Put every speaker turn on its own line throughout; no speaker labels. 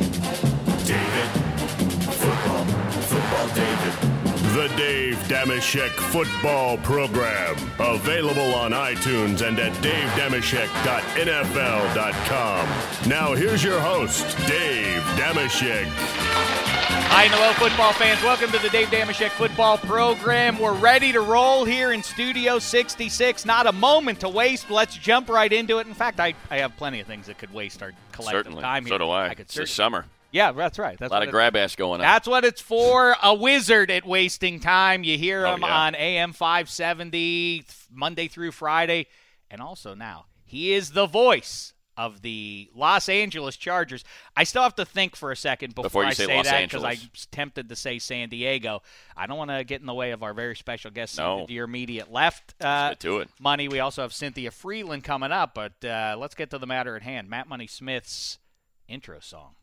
David. Football. Football David. The Dave Damashek Football Program. Available on iTunes and at davedamashek.nfl.com. Now here's your host, Dave Damashek.
Hi and hello, football fans. Welcome to the Dave Damashek football program. We're ready to roll here in Studio 66. Not a moment to waste. Let's jump right into it. In fact, I, I have plenty of things that could waste our collective
Certainly.
time here.
So do I.
could
it's the
certainly-
summer.
yeah, that's right. That's
A lot
what
of
it-
grab ass going on.
That's what it's for. A wizard at wasting time. You hear
Oh,
him
yeah.
on AM 570 th- Monday through Friday. And also now, he is the voice of the Los Angeles Chargers. I still have to think for a second before,
Before you
I
say
say,
Los
that because I
Angeles.
was tempted to say San Diego. I don't want to get in the way of our very special guest,
No.
Cynthia, to your immediate left. Uh,
Get to it.
Money. We also have Cynthia Freeland coming up, but uh, let's get to the matter at hand. Matt Money Smith's intro song.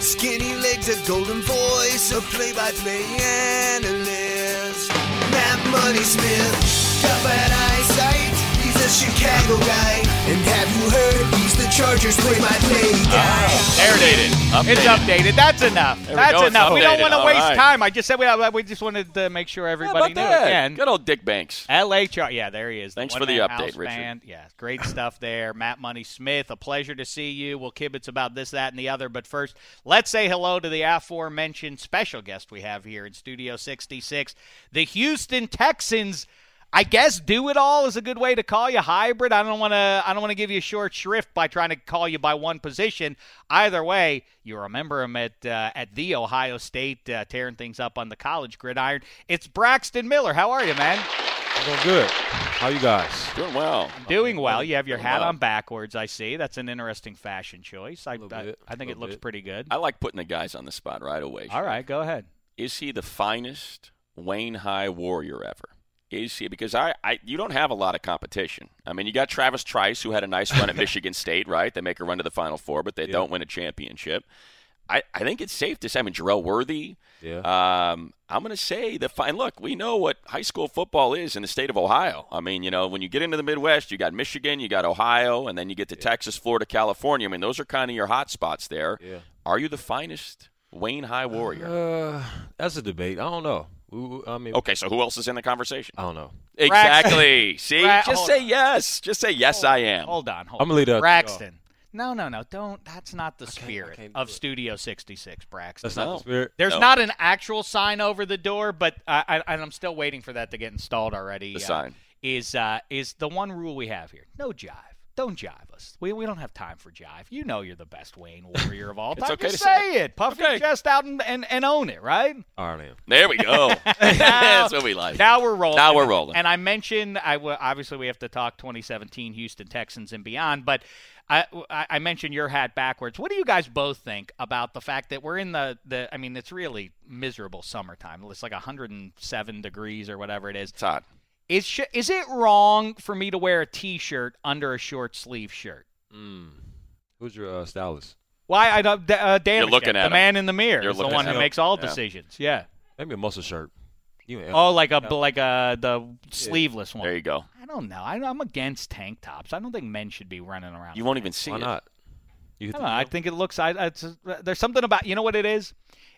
Skinny legs, a golden voice, a play-by-play analyst. Matt Money Smith, got bad eyesight. He's a Chicago guy, and have you heard? He's the Chargers play-by-play guy.
There it is. Updated.
It's updated. That's enough.
There we
That's
go. It's
enough. We don't
updated.
want to
All
waste
right.
time. I just said we, we just wanted to make sure
How
everybody
about
knew
that?
again.
Good old Dick Banks.
LA Char- Yeah, there he is.
Thanks for the
one-man
update,
house
Richard.
band. Yeah, great stuff there. Matt Money Smith, a pleasure to see you. We'll kibitz about this, that, and the other. But first, let's say hello to the aforementioned special guest we have here in Studio 66, the Houston Texans. I guess do it all is a good way to call you hybrid. I don't want to. I don't want to give you short shrift by trying to call you by one position. Either way, you remember him at uh, at the Ohio State uh, tearing things up on the college gridiron. It's Braxton Miller. How are you, man?
Doing good. How you guys?
Doing well.
Doing well. You have your hat
well.
on backwards. I see. That's an interesting fashion choice. I,
Little
I,
bit,
I think it
little
looks
bit.
pretty good.
I like putting the guys on the spot right away.
All right, go ahead.
Is he the finest Wayne High warrior ever? Is he? Because I, I, you don't have a lot of competition. I mean, you got Travis Trice, who had a nice run at Michigan State, right? They make a run to the Final Four, but they don't win a championship. I, I think it's safe to say. I mean, Jarrell Worthy.
Yeah.
Um, I'm going to say the fine. Look, we know what high school football is in the state of Ohio. I mean, you know, when you get into the Midwest, you got Michigan, you got Ohio, and then you get to Texas, Florida, California. I mean, those are kind of your hot spots there.
Yeah.
Are you the finest Wayne High Warrior?
Uh, that's a debate. I don't know. We- we- I mean,
okay, so who else is in the conversation?
I don't know.
Exactly. See,
Ra-
just
Oh. hold-
say yes. Just say yes, I am.
Hold on. Hold
I'm
on.
gonna leave that.
Braxton. No, no, no. Don't. That's not the spirit
can't do
of
it.
Studio 66, Braxton.
That's not
No.
the spirit.
There's
No.
not an actual sign over the door, but I, I, and I'm still waiting for that to get installed already.
The sign.
is uh, is the one rule we have here: no jive. Don't jive us. We, we don't have time for jive. You know you're the best Wayne warrior of all
It's
time.
okay
Just
to say
it. Puff your
Okay.
chest out and, and, and own it, right?
All right, man.
There we go. That's what we like.
Now we're rolling.
Now we're rolling.
And I mentioned, I w- obviously we have to talk 2017 Houston Texans and beyond, but I, I I mentioned your hat backwards. What do you guys both think about the fact that we're in the, the I mean, it's really miserable summertime. It's like 107 degrees or whatever it is.
Todd.
Is sh- is it wrong for me to wear a t-shirt under a short sleeve shirt?
Mm. Who's your uh, stylist?
Why I don't uh, Dan
You're looking
the
at him.
man in the mirror
You're
is the
looking
one
at
who
him.
makes all
Yeah.
decisions. Yeah.
Maybe a muscle shirt. You ain't-
Oh, like a like a the sleeveless one.
There you go.
I don't know. I, I'm against tank tops. I don't think men should be running around.
You won't even see
why
it.
not? You
I, don't know. I think it looks. I, I- it's, there's something about you know what it is.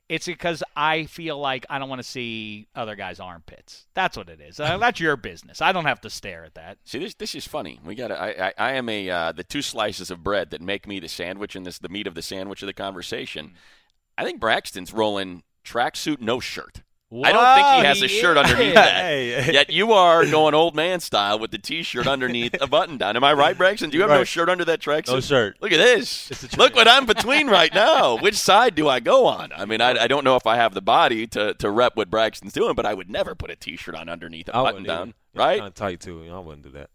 It's because I feel like I don't want to see other guys' armpits. That's what it is. Uh, that's your business. I don't have to stare at that.
See, this this is funny. We got I, I I am a uh, the two slices of bread that make me the sandwich and this the meat of the sandwich of the
Hmm.
conversation. I think Braxton's rolling tracksuit no shirt. I don't think he has a shirt underneath that. Yet you are going old man style with the t-shirt underneath a button down. Am I right, Braxton? Do you have no
Right.
shirt under that tracksuit?
No shirt.
Look at this.
It's a
Look what I'm between right now. Which side do I go on? I mean, I, I don't know if I have the body to, to rep what Braxton's doing, but I would never put a t-shirt on underneath a
I
button
wouldn't do
down,
it. It's
right?
kinda tight too. You know, I wouldn't do that.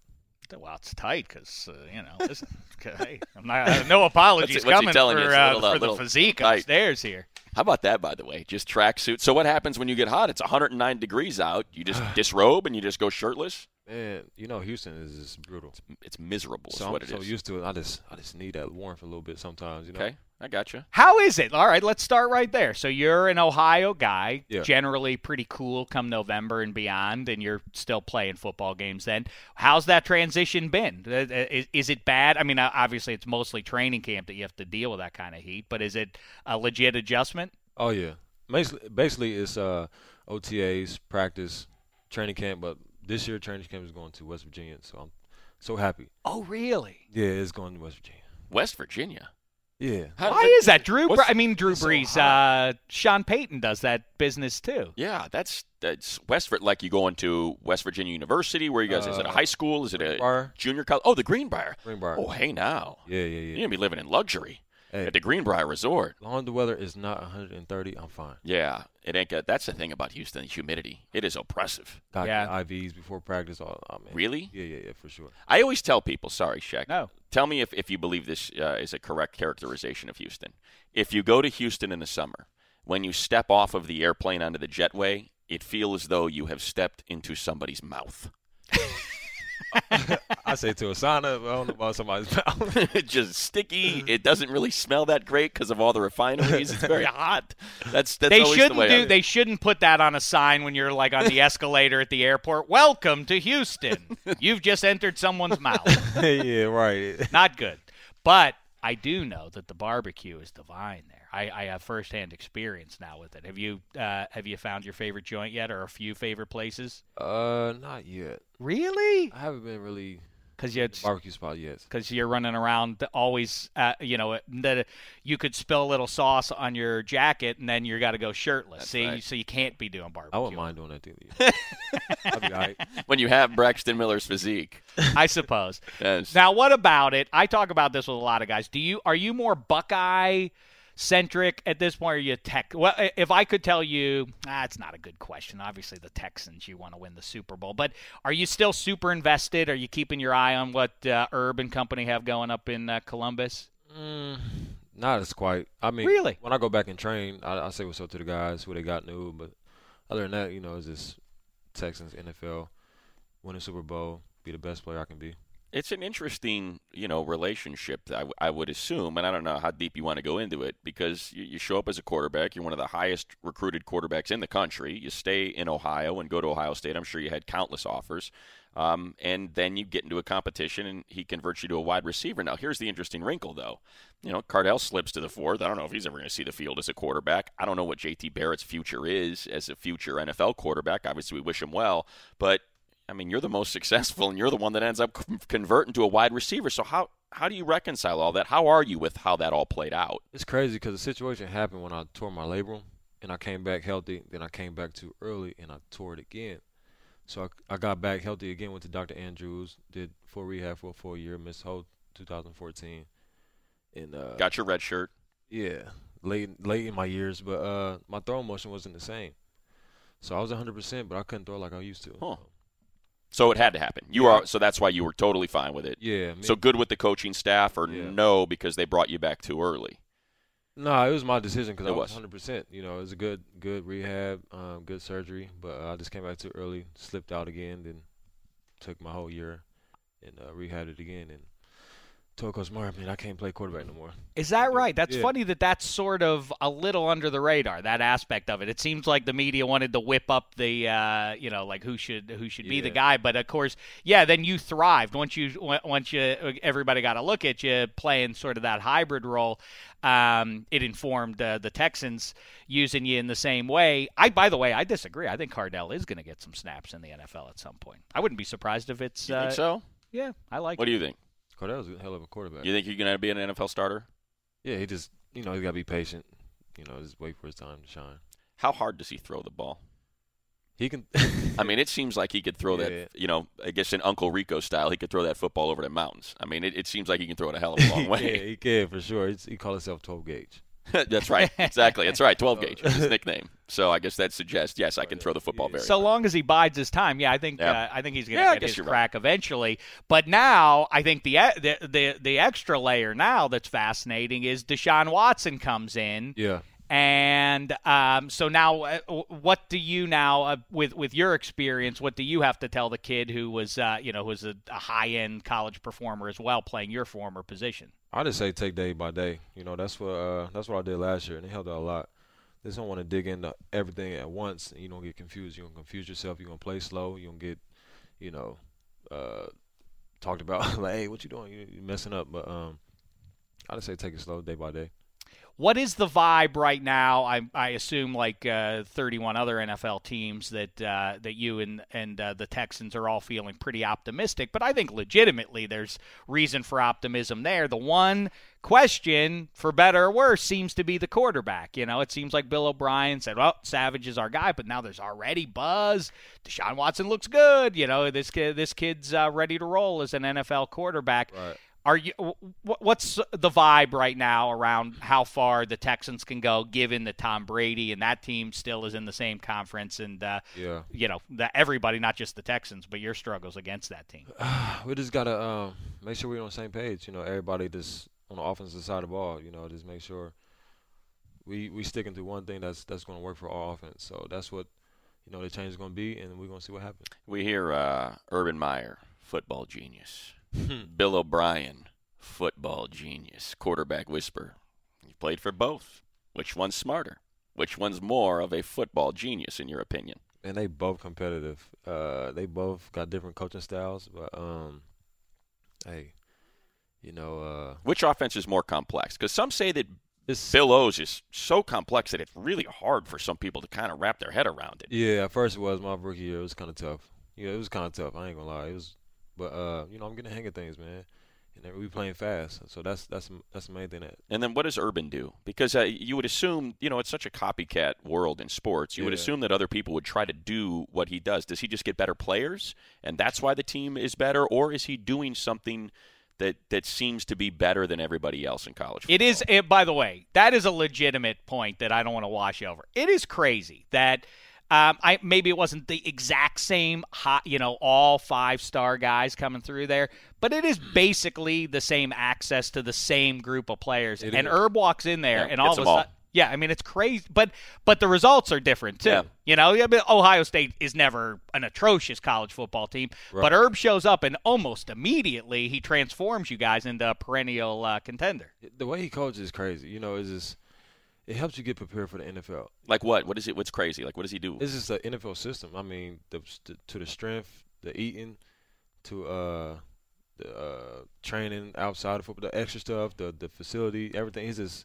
Well, it's tight because uh, you know. Listen, okay, I'm not, uh, no apologies
What's he- what's he
coming for,
telling you? It's a
uh,
little, uh,
for the
little
physique
tight.
upstairs here.
How about that, by the way? Just tracksuit. So what happens when you get hot? It's 109 degrees out. You just disrobe and you just go shirtless.
Man, you know Houston is just brutal.
It's miserable. Is
So
what
I'm
it is.
so used to it. I just I just need that warmth a little bit sometimes. You know.
Okay, I gotcha.
How is it? All right, let's start right there. So you're an Ohio guy,
Yeah.
generally pretty cool come November and beyond, and you're still playing football games then. How's that transition been? Uh, uh, Is, is it bad? I mean, uh, obviously it's mostly training camp that you have to deal with that kind of heat, but is it a legit adjustment?
Oh yeah. Basically, basically it's uh, OTAs, practice, training camp. But this year training camp is going to West Virginia, so I'm so happy.
Oh, really?
Yeah, it's going to West Virginia.
West Virginia.
Yeah.
How-
Why is that? Drew, Bre-
what's-
I mean, Drew
it's so
Brees, uh, Sean Payton does that business too.
Yeah, that's that's West Vir- like you going to West Virginia University. Where you guys? is it a
Uh,
high school? Is it a
Greenbrier.
junior college? Oh, the Greenbrier.
Greenbrier.
Oh, hey now.
Yeah, yeah, yeah.
You're gonna be living in luxury
Hey.
at the Greenbrier Resort.
As long as the weather is not 130, I'm fine.
Yeah, it ain't. Got, that's the thing about Houston: humidity. It is oppressive.
Got
Yeah.
IVs before practice. All, oh, man.
Really?
Yeah, yeah, yeah, for sure.
I always tell people, sorry, Shaq.
No.
Tell me if, if you believe this uh, is a correct characterization of Houston. If you go to Houston in the summer, when you step off of the airplane onto the jetway, it feels as though you have stepped into somebody's mouth.
I say to Asana, I don't know about somebody's mouth.
It's
Mm-hmm.
just sticky. It doesn't really smell that great because of all the refineries. It's very hot. That's that's
They
always
shouldn't
the way I-
do. They shouldn't put that on a sign when you're like on the escalator at the airport. Welcome to Houston. You've just entered someone's mouth.
yeah, right.
Not good. But I do know that the barbecue is divine there. I, I have firsthand experience now with it. Have you uh, have you found your favorite joint yet, or a few favorite places?
Uh, not yet.
Really?
I haven't been really
Because you're
barbecue spot yet.
because you're running around th- always. Uh, you know that you could spill a little sauce on your jacket, and then you got to go shirtless. See,
right.
so you can't be doing barbecue.
I wouldn't mind doing that thing. either. I'd be all right.
when you have Braxton Miller's physique.
I suppose.
Yes.
Now, what about it? I talk about this with a lot of guys. Do you are you more Buckeye centric at this point? Or are you tech? Well, i- if I could tell you, that's not a good question. Obviously, the Texans, you want to win the Super Bowl, but are you still super invested? Are you keeping your eye on what uh, Herb and company have going up in uh, Columbus?
Mm, not as quite. I mean,
Really?
When I go back and train, I, I say what's up to the guys who they got new. But other than that, you know, it's just Texans, NFL, win a Super Bowl, be the best player I can be.
It's an interesting, you know, relationship. that I, w- I would assume, and I don't know how deep you want to go into it, because you, you show up as a quarterback. You're one of the highest recruited quarterbacks in the country. You stay in Ohio and go to Ohio State. I'm sure you had countless offers, um, and then you get into a competition, and he converts you to a wide receiver. Now, here's the interesting wrinkle, though. You know, Cardell slips to the fourth. I don't know if he's ever going to see the field as a quarterback. I don't know what J.T. Barrett's future is as a future NFL quarterback. Obviously, we wish him well, but I mean, you're the most successful, and you're the one that ends up con- converting to a wide receiver. So how how do you reconcile all that? How are you with how that all played out?
It's crazy because the situation happened when I tore my labrum and I came back healthy. Then I came back too early and I tore it again. So I, I got back healthy again. Went to Dr. Andrews, did full rehab for a full year, missed whole 2014, and uh,
Got your red shirt.
Yeah, late late in my years, but uh, my throw motion wasn't the same. So I was 100%, but I couldn't throw like I used to.
Huh. So it had to happen. You are so that's why you were totally fine with it.
Yeah. Me,
So good with the coaching staff, or
Yeah.
no because they brought you back too early.
no, it was my decision because I
It
was
was.
100%. You know, it was a good good rehab, um, good surgery, but uh, I just came back too early, slipped out again, then took my whole year and uh, rehab it again. And told Coach Martin, man, I can't play quarterback no more.
Is that right? That's
Yeah.
funny that that's sort of a little under the radar. That aspect of it. It seems like the media wanted to whip up the, uh, you know, like who should who should be the
Yeah.
guy. But of course, yeah. Then you thrived once you once you uh, everybody got a look at you playing sort of that hybrid role. Um, it informed uh, the Texans using you in the same way. I, by the way, I disagree. I think Cardell is going to get some snaps in the NFL at some point. I wouldn't be surprised if it's.
You
uh,
think so?
Yeah, I like.
What
it.
do you think?
Cordell's a hell of a quarterback.
You think you're gonna be an NFL starter?
Yeah, he just, you know, he got to be patient. You know, just wait for his time to shine.
How hard does he throw the ball?
He can.
I mean, it seems like he could throw
Yeah.
that, you know, I guess in Uncle Rico style, he could throw that football over the mountains. I mean, it, it seems like he can throw it a hell of a long
yeah,
way.
he can for sure. He's, he called himself 12 gauge.
That's right. Exactly. That's right. 12 gauge is his nickname. So I guess that suggests, yes, I can throw the football very
So long as he bides his time, yeah, I think
Yeah.
Uh, I think he's going to
Yeah, I
get
guess
his
you're
crack eventually. But now I think the, e- the the the extra layer now that's fascinating is Deshaun Watson comes in,
Yeah.
and um, so now uh, w- what do you now uh, with with your experience? What do you have to tell the kid who was uh, you know who was a, a high end college performer as well, playing your former position?
I just say take day by day. You know, that's what uh, that's what I did last year, and it helped out a lot. Just don't want to dig into everything at once, and you don't get confused. You're gonna confuse yourself. You're gonna play slow. You're gonna get, you know, uh, talked about like, hey, what you doing? You, you messing up. But um, I just say take it slow, day by day.
What is the vibe right now? I, I assume like uh, 31 other NFL teams that uh, that you and and uh, the Texans are all feeling pretty optimistic, but I think legitimately there's reason for optimism there. The one question, for better or worse, seems to be the quarterback. You know, it seems like Bill O'Brien said, "Well, Savage is our guy," but now there's already buzz. Deshaun Watson looks good. You know, this kid this kid's uh, ready to roll as an NFL quarterback.
Right.
Are you? wh- wh- What's the vibe right now around how far the Texans can go, given that Tom Brady and that team still is in the same conference, and uh,
Yeah.
you know that everybody, not just the Texans, but your struggles against that team.
we just gotta um, make sure we're on the same page. You know, everybody just on the offensive side of the ball. You know, just make sure we we sticking to one thing that's that's gonna work for our offense. So that's what you know the change is gonna be, and we're gonna see what happens.
We hear uh, Urban Meyer, football genius. Bill O'Brien, football genius. Quarterback whisper. You played for both. Which one's smarter? Which one's more of a football genius, in your opinion?
and they both competitive. Uh, they both got different coaching styles, but um, hey, you know, uh,
Which offense is more complex? Because some say that
it's
Bill O's is so complex that it's really hard for some people to kind of wrap their head around it.
yeah. At first, it was my rookie year. It was kind of tough. Yeah, it was kind of tough. I ain't gonna lie. It was, but uh, you know, I'm getting the hang of things, man. And then we playing fast, so that's that's that's the main thing. That
And then what does Urban do? Because uh, you would assume, you know, it's such a copycat world in sports. You would
Yeah.
assume that other people would try to do what he does. Does he just get better players, and that's why the team is better, or is he doing something that that seems to be better than everybody else in college?
It is,
football?
it, by the way, that is a legitimate point that I don't want to wash over. It is crazy that um, I maybe it wasn't the exact same hot, you know, all five star guys coming through there, but it is basically the same access to the same group of players.
It
and
is.
Herb walks in there,
Yeah,
and
gets
all of a
them all.
sudden, yeah, I mean it's crazy, but but the results are different too.
Yeah.
You know, I mean, Ohio State is never an atrocious college football team, but Herb shows up and almost immediately he transforms you guys into a perennial uh, contender.
the way he coaches is crazy. You know, it's just it helps you get prepared for the NFL.
like what? What is it? What's crazy? Like what does he do?
It's just the NFL system. I mean, the, st- to the strength, the eating, to uh, the uh, training outside of football, the extra stuff, the the facility, everything. He's just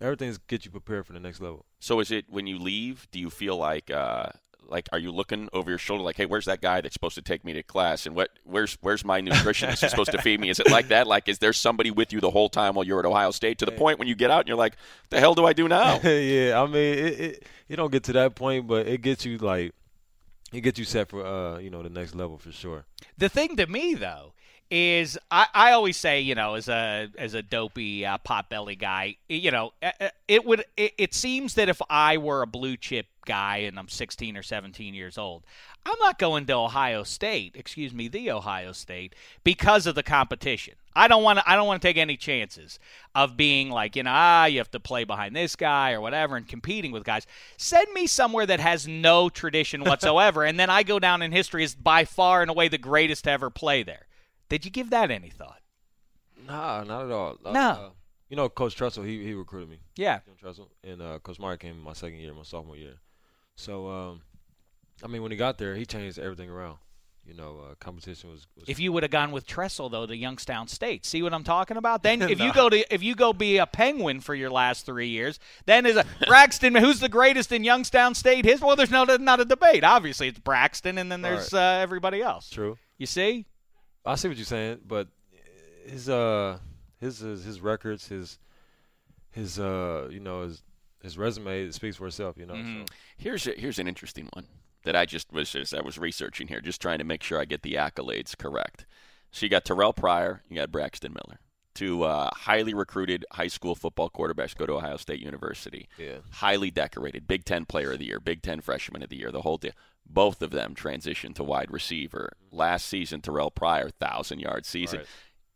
everything's get you prepared for the next level.
So is it when you leave? Do you feel like uh, like are you looking over your shoulder like, hey, where's that guy that's supposed to take me to class, and what where's where's my nutritionist who's supposed to feed me? Is it like that? Like, is there somebody with you the whole time while you're at Ohio State to the point when you get out and you're like, the hell do I do
Oh.
now?
yeah, I mean, it, it it don't get to that point, but it gets you like it gets you set for uh, you know, the next level for sure.
The thing to me though is I, I always say you know as a as a dopey uh, potbelly guy you know uh, uh, it would it, it seems that if I were a blue chip guy and I'm 16 or 17 years old I'm not going to Ohio State excuse me the Ohio State because of the competition I don't want to I don't want to take any chances of being like you know ah you have to play behind this guy or whatever and competing with guys send me somewhere that has no tradition whatsoever and then I go down in history as by far and away the greatest to ever play there did you give that any thought?
Nah, not at all. Uh,
No.
uh, you know, Coach Tressel, he he recruited me.
Yeah.
Jim Tressel, and uh, Coach Meyer came my second year, my sophomore year. So, um, I mean, when he got there, he changed everything around. You know, uh, competition was. was
If you would have gone with Tressel though to Youngstown State, see what I'm talking about? Then if you go to if you go be a Penguin for your last three years, then is a Braxton who's the greatest in Youngstown State? His well, there's no not a debate. Obviously, it's Braxton, and then there's uh, everybody else.
true.
You see?
I see what you're saying, but his uh his his, his records, his his uh you know his his resume it speaks for itself. You know,
Mm-hmm.
so
Here's a, here's an interesting one that I just was just, I was researching here, just trying to make sure I get the accolades correct. So you got Terrell Pryor, you got Braxton Miller, two uh, highly recruited high school football quarterbacks go to Ohio State University.
Yeah.
highly decorated, Big Ten Player of the Year, Big Ten Freshman of the Year, the whole deal. Both of them transitioned to wide receiver last season. Terrell Pryor, thousand yard season.
Right.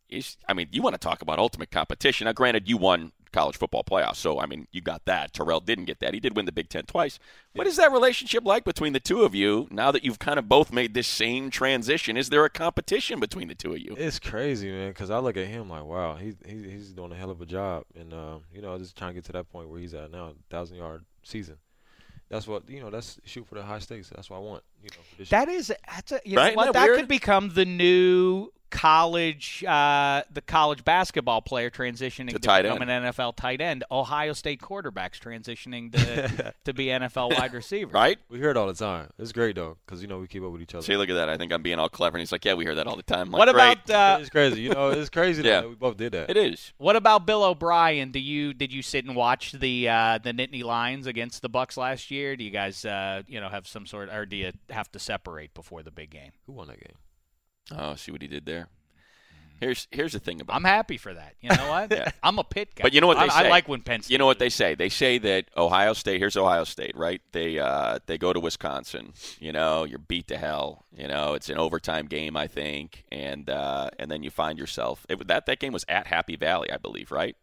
Is I mean, you want to talk about ultimate competition? Now, granted, you won college football playoffs, so I mean, you got that. Terrell didn't get that. He did win the Big Ten twice. What is that relationship like between the two of you now that you've kind of both made this same transition? Is there a competition between the two of you?
it's crazy, man. Because I look at him like, wow, he's he, he's doing a hell of a job, and uh, you know, just trying to get to that point where he's at now, thousand yard season. That's what you know. That's shoot for the high stakes. That's what I want. You know, for this year.
That is that's a, you
Right?
know what
Isn't that
that
weird?
could become the new college uh, the college basketball player transitioning to,
tight
become an NFL tight end. Ohio State quarterbacks transitioning to to be NFL wide receivers.
Right?
we hear it all the time. It's great though, because you know we keep up with each other.
See, look at that. I think I'm being all clever. And he's like, yeah, we hear that all the time. I'm like,
What
great.
about uh,
it's crazy. You know, it's crazy
Yeah.
yeah. that we both did that.
It is.
what about Bill O'Brien? Do you did you sit and watch the uh, the Nittany Lions against the Bucks last year? Do you guys uh, you know have some sort or do you have to separate before the big game?
Who won that game?
Oh, see what he did there.
Mm-hmm.
Here's here's the thing about.
I'm happy for that. You know what?
Yeah.
I'm a pit guy.
But you know what they
I, I
say.
like when Penn State
you know what they say? They say that Ohio State. Here's Ohio State, right? They uh, they go to Wisconsin. You know, you're beat to hell. You know, it's an overtime game, I think, and uh, and then you find yourself it, that that game was at Happy Valley, I believe, right?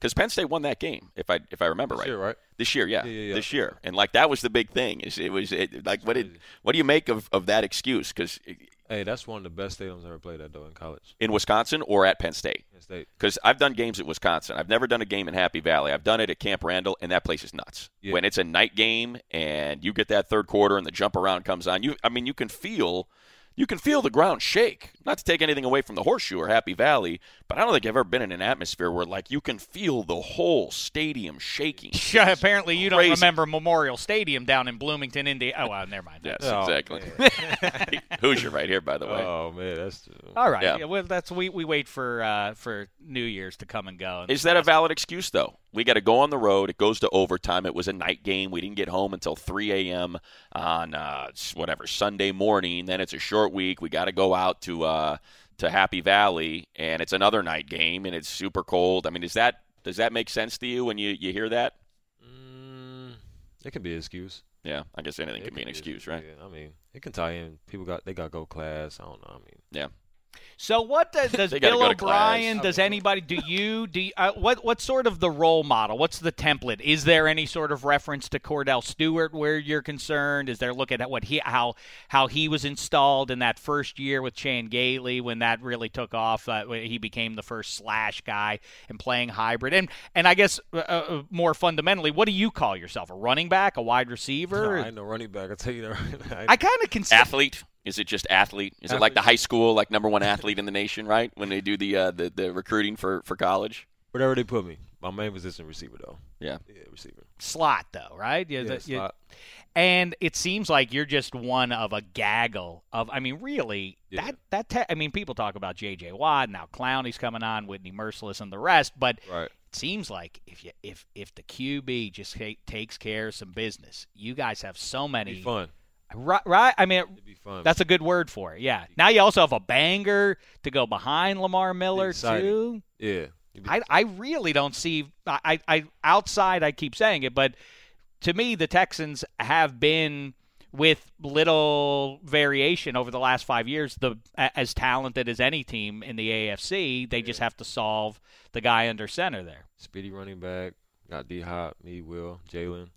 Because Penn State won that game, if I if I remember
Mm-hmm. This
right.
year, right?
This year, yeah.
Yeah, yeah, yeah.
This year, and like that was the big thing. Is it was it, like what did what do you make of of that excuse? Because
Hey, that's one of the best stadiums I ever played at though in college.
in Wisconsin or at Penn State.
Penn State.
because I've done games at Wisconsin. I've never done a game in Happy Valley. I've done it at Camp Randall, and that place is nuts.
Yeah.
When it's a night game and you get that third quarter and the jump around comes on, you I mean you can feel you can feel the ground shake. Not to take anything away from the Horseshoe or Happy Valley, but I don't think I've ever been in an atmosphere where like you can feel the whole stadium shaking.
Yeah, apparently you don't
Crazy.
remember Memorial Stadium down in Bloomington, Indiana. Oh, well, never mind.
Yes,
Oh,
exactly. Hoosier right here, by the way.
Oh man, that's
All right.
Yeah.
Yeah. well, that's we, we wait for uh, for New Year's to come and go. And
Is that a valid excuse though? We got to go on the road. It goes to overtime. It was a night game. We didn't get home until 3 a.m. on uh, s- whatever Sunday morning. Then it's a short week. We got to go out to uh, to Happy Valley, and it's another night game, and it's super cold. I mean, is that does that make sense to you when you you hear that?
mm, it can be an excuse.
Yeah, I guess anything
It
can be an excuse, right?
Yeah, I mean, it can tie in. People got they got to go class. I don't know. I mean,
Yeah.
so? What does, does
They gotta
Bill
go to class.
O'Brien? Does anybody? Do you? Do you, uh, what? What's sort of the role model? What's the template? Is there any sort of reference to Cordell Stewart where you're concerned? Is there looking at what he how how he was installed in that first year with Chan Gailey when that really took off? Uh, when he became the first slash guy and playing hybrid. And and I guess uh, uh, more fundamentally, what do you call yourself? A running back? A wide receiver?
no, I ain't no running back. I tell you that. Right now. I,
I kind of consider
Athlete? Is it just athlete? Is it like the high school, like number one athlete in the nation, right? When they do the uh, the, the recruiting for, for college?
whatever they put me. My main position receiver though.
Yeah.
Yeah, receiver.
slot though, right? Yeah,
Yeah,
that- you-
slot.
And it seems like you're just one of a gaggle of. I mean, really,
Yeah.
that that te- I mean, people talk about J.J. Watt now. Clowney's coming on, Whitney Merciless, and the rest. But
Right.
it seems like if you if if the QB just ta- takes care of some business, you guys have so
Be
many
fun.
Right, right. I mean,
It'd be fun.
that's a good word for it. Yeah. Now you also have a banger to go behind Lamar Miller
Exciting.
too.
yeah. It'd be-
I, I really don't see I, I I- outside I keep saying it, but to me the Texans have been with little variation over the last five years the a- as talented as any team in the AFC. They just have to solve the guy under center there.
speedy running back. Got D Hop, me, Will, Jalen.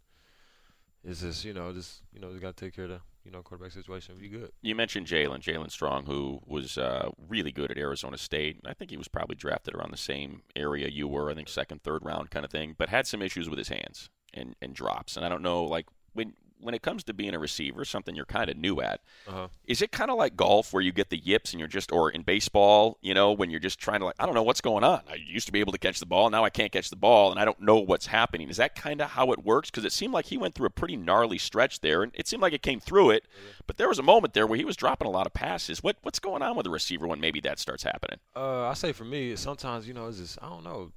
It's just you know just you know just gotta take care of the you know quarterback situation. Be good.
You mentioned Jalen, Jalen Strong, who was uh, really good at Arizona State. I think he was probably drafted around the same area you were, I think second, third round kind of thing, but had some issues with his hands and, and drops. And I don't know, like when when it comes to being a receiver, something you're kind of new at,
Uh-huh.
is it kind of like golf where you get the yips and you're just, or in baseball, you know, when you're just trying to like, I don't know what's going on. I used to be able to catch the ball, now I can't catch the ball, and I don't know what's happening. Is that kind of how it works? Because it seemed like he went through a pretty gnarly stretch there, and it seemed like it came through it. But there was a moment there where he was dropping a lot of passes. What what's going on with the receiver when maybe that starts happening?
Uh, I say for me, sometimes you know it's just I don't know.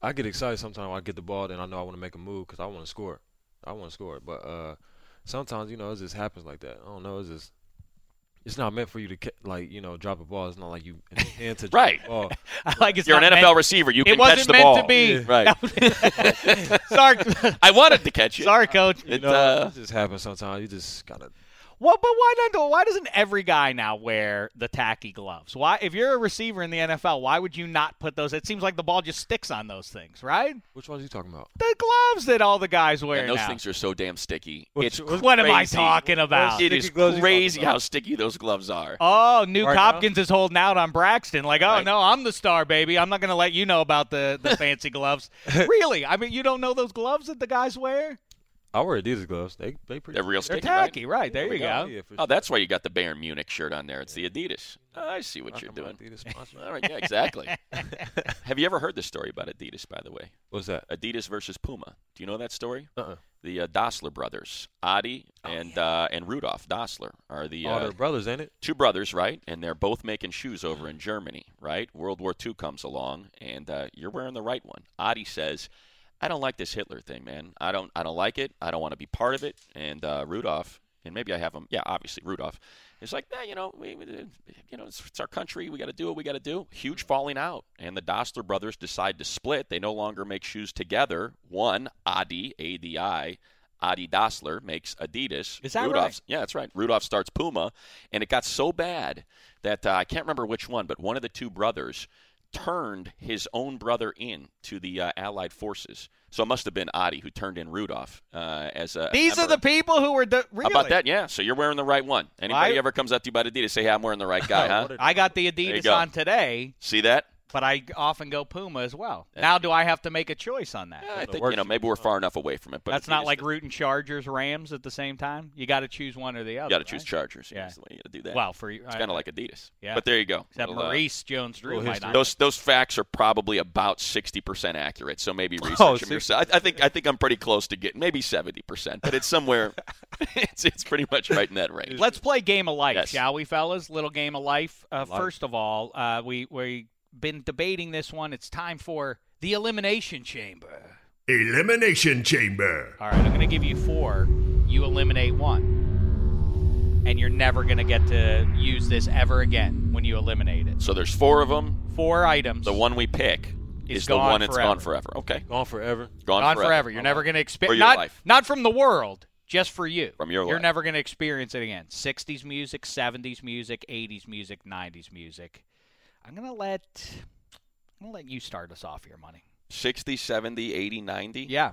I get excited sometimes when I get the ball, then I know I want to make a move because I want to score. I want to score, but uh, sometimes you know it just happens like that. I don't know. It's just it's not meant for you to ca- like you know drop a ball. It's not like you intend to
Right.
drop a ball.
like it's
You're an
not
NFL
meant-
receiver. You
it
can
wasn't
catch the
meant
ball.
to be.
Right.
Sorry,
I wanted to catch it.
sorry, coach.
It,
No,
uh,
it just happens sometimes. You just gotta.
Well, but why not? though? Why doesn't every guy now wear the tacky gloves? Why, if you're a receiver in the NFL, why would you not put those? It seems like the ball just sticks on those things, right?
Which ones you talking about?
The gloves that all the guys wear
and those
now.
things are so damn sticky.
What-
it's
what-
what am I
crazy.
talking about?
It
Sticky
is
gloves you talking
crazy
about.
how sticky those gloves are.
Oh, New
Right now?
Hopkins is holding out on Braxton. Like, oh
Right.
no, I'm the star, baby. I'm not going to let you know about the the fancy gloves. Really? I mean, you don't know those gloves that the guys wear?
I wear Adidas gloves. They they pretty.
They're real
They're
sticky. right?
tacky, right? There you go.
Yeah, for
Oh, that's why you got the Bayern Munich shirt on there. It's the Adidas. I see what you're
Talking
doing.
about Adidas sponsor.
All right, yeah, exactly. Have you ever heard the story about Adidas, by the way?
What's that?
Adidas versus Puma. Do you know that story?
Uh-uh.
The uh, Dossler brothers, Adi and uh, and Rudolf Dossler, are the
All
uh,
their brothers, ain't it?
two brothers, right? And they're both making shoes over in Germany, right? World War II comes along, and uh, you're wearing the right one. Adi says, "I don't like this Hitler thing, man. I don't, I don't like it. I don't want to be part of it." And uh, Rudolph, and maybe I have him. Yeah, obviously Rudolf. It's like, nah, you know, we, we, you know, it's, it's our country. We got to do what we got to do. Huge falling out, and the Dostler brothers decide to split. They no longer make shoes together. One, Adi, A D I. Adi Dassler makes Adidas.
Is that
Rudolph's,
right?
Yeah, that's right. Rudolph starts Puma, and it got so bad that uh, I can't remember which one, but one of the two brothers turned his own brother in to the uh, Allied forces. So it must have been Adi who turned in Rudolph uh, as a.
These are
member.
the people who were the really.
How about that? Yeah. So you're wearing the right one. Anybody
I-
ever comes up to you about Adidas, say, "Hey, I'm wearing the right guy," huh?
I got the
you
Adidas
go.
on today.
See that?
but I often go Puma as well. Now, do I have to make a choice on that?
Yeah, I think you know maybe we're far enough away from it, but
That's not
Adidas
like
does-
rooting Chargers Rams at the same time. You got to choose one or the other.
you got to
right?
choose Chargers.
Yeah.
Yeah, that's the way you got to do that.
Well, for
it's kind of like Adidas.
Yeah.
But there you go.
except
Little, uh,
Maurice Jones-Drew
little
might not.
Those those facts are probably about sixty percent accurate. So maybe research
Oh,
them yourself. I, I think I think I'm pretty close to getting maybe seventy percent, but it's somewhere. it's it's pretty much right in that range.
Let's play game of life,
Yes.
shall we, fellas? Little game of life. Uh,
Life.
First of all, uh, we we been debating this one. It's time for the elimination chamber.
Elimination Chamber.
All right, I'm going to give you four. You eliminate one, and you're never going to get to use this ever again when you eliminate it.
So there's four of them.
Four items.
The one we pick
Is
is, the
gone
one that's
forever.
gone forever. Okay,
Gone forever.
gone,
Gone forever. You're never going to
For
experience
your
not
life.
not from the world, just for you.
From your
You're
life.
never going to experience it again. 60s music, 70s music, 80s music, 90s music. I'm going to let I'm going to let you start us off here, money.
60, 70, 80, 90.
Yeah.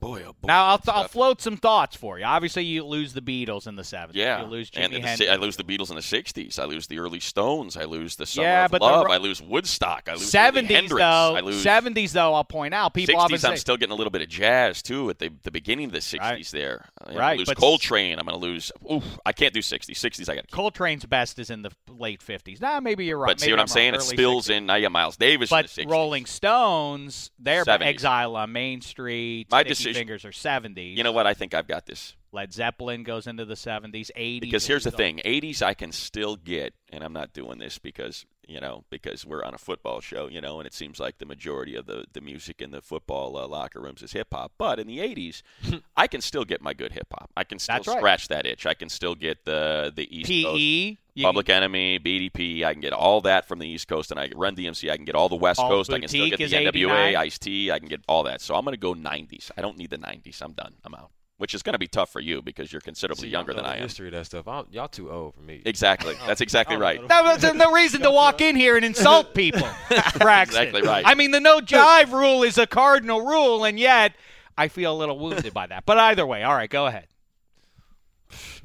Boy, oh boy.
Now I'll, I'll float some thoughts for you. Obviously, you lose the Beatles in the 70s.
Yeah,
You lose
and
Jimi
in the si-
Hendrix.
I lose the Beatles in the '60s. I lose the early Stones. I lose the Summer
Yeah,
of
but the
Love.
ro-
I lose Woodstock. I lose Jimi
70s
Hendrix.
though.
I lose
70s though. I'll point out people
60s,
often
I'm
say-
still getting a little bit of jazz too at the, the beginning of the 60s.
Right.
There, I'm
Right,
Gonna lose
but-
Coltrane. I'm going to lose. Oof, I can't do 60s. 60s, I got to. keep.
Coltrane's best is in the late 50s. Nah, maybe you're right.
But see
Maybe
what I'm,
wrong.
saying? It
Early
spills
60s.
in. Now you got Miles Davis
But
in the 60s.
Rolling Stones, their
70s.
Exile on Main Street,
My
Sticky
decision-
Fingers are 70s.
You know what? I think I've got this.
Led Zeppelin goes into the 70s, 80s.
Because here's the
Beatles.
thing: 80s, I can still get, and I'm not doing this because you know, because we're on a football show, you know, and it seems like the majority of the, the music in the football uh, locker rooms is hip hop. But in the 80s, I can still get my good hip hop. I can still
That's right. E
scratch that itch. I can still get the, the East Coast.
PE, you
Public Enemy, BDP, I can get all that from the East Coast, and I run DMC. I can get all the West
Paul's
Coast. I can still
Boutique
get the
is
NWA,
89.
Ice T. I can get all that. So I'm going to go 90s. I don't need the 90s. I'm done. I'm out. Which is going to be tough for you because you're
See,
considerably
y'all
younger
know
than
the
I am.
History of that stuff. I'm, y'all too old for me.
Exactly. That's exactly
Oh,
right.
no.
That was there's no reason to walk in here and insult people, Braxton.
Exactly right.
I mean, the no jive rule is a cardinal rule, and yet I feel a little wounded by that. But either way, all right, go ahead.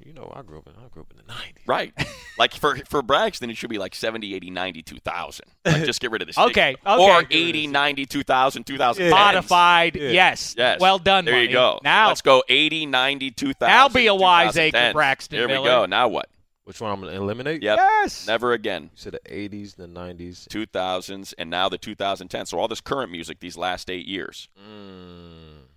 You know, I grew up in I grew up in the '90s.
Right. like for for Braxton, it should be like 70, 80, 90, 2000. Like just get rid of this.
Okay, okay.
Or
Get rid of
80, 90, 2000, 2010.
Modified, yes.
Yes.
Well done,
There
Monty.
you go.
Now,
let's go 80, 90, 2000.
Now be a wiseacre,
2010s.
Braxton
Here we
Miller.
go. Now what?
Which one I'm gonna eliminate?
Yep.
yes.
Never again.
You said the '80s, the '90s.
2000s and now the 2010s. So all this current music these last eight years.
Mm,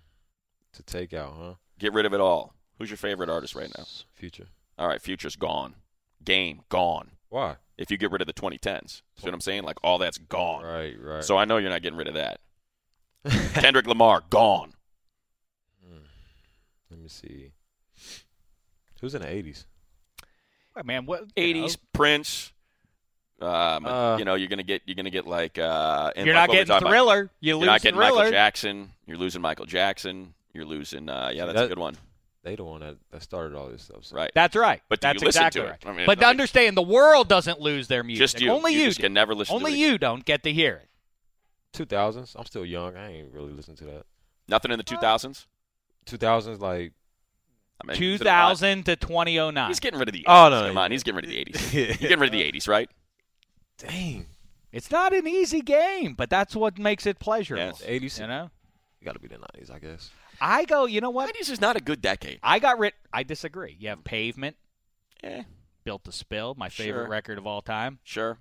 to take out, huh?
Get rid of it all. Who's your favorite artist right now?
Future.
All right, Future's gone. Game gone.
Why?
If you get rid of the 2010s, see what I'm saying? Like all that's gone.
Right, right.
So I know you're not getting rid of that. Kendrick Lamar gone.
let me see. Who's in the '80s?
Well, man, what, you
80s
know,
Prince. Um,
Uh,
you know you're gonna get you're gonna get like uh, and
you're
like
not
what we
getting
talked about.
thriller. You
You're
lose
not getting
thriller.
Michael Jackson. You're losing Michael Jackson. You're losing. Uh, yeah,
See,
that's a
that-
good one.
They the one that, that started all this stuff. So.
Right.
That's right.
But do you
that's
listen to
exactly
it?
right.
I mean,
but to
like-
understand, the world doesn't lose their music.
Just you.
Only
you,
you.
just
do.
can never listen.
Only
to it.
you don't get to hear it.
2000s. I'm still young. I ain't really listened to that.
Nothing in the 2000s.
2000s, like
I mean, he's in the line.
2000 to 2009.
He's getting rid of the 80s.
Oh, no, no,
Come
yeah.
on, he's getting rid of the 80s.
Yeah.
You're getting rid of the 80s, right?
dang,
It's not an easy game, but that's what makes it pleasurable.
Yes.
80s.
You know,
you gotta be the 90s, I guess.
I go. You know what?
90s is not a good decade.
I got rid. I disagree. You have pavement,
Eh,
built to spill, my favorite
Sure.
record of all time.
sure.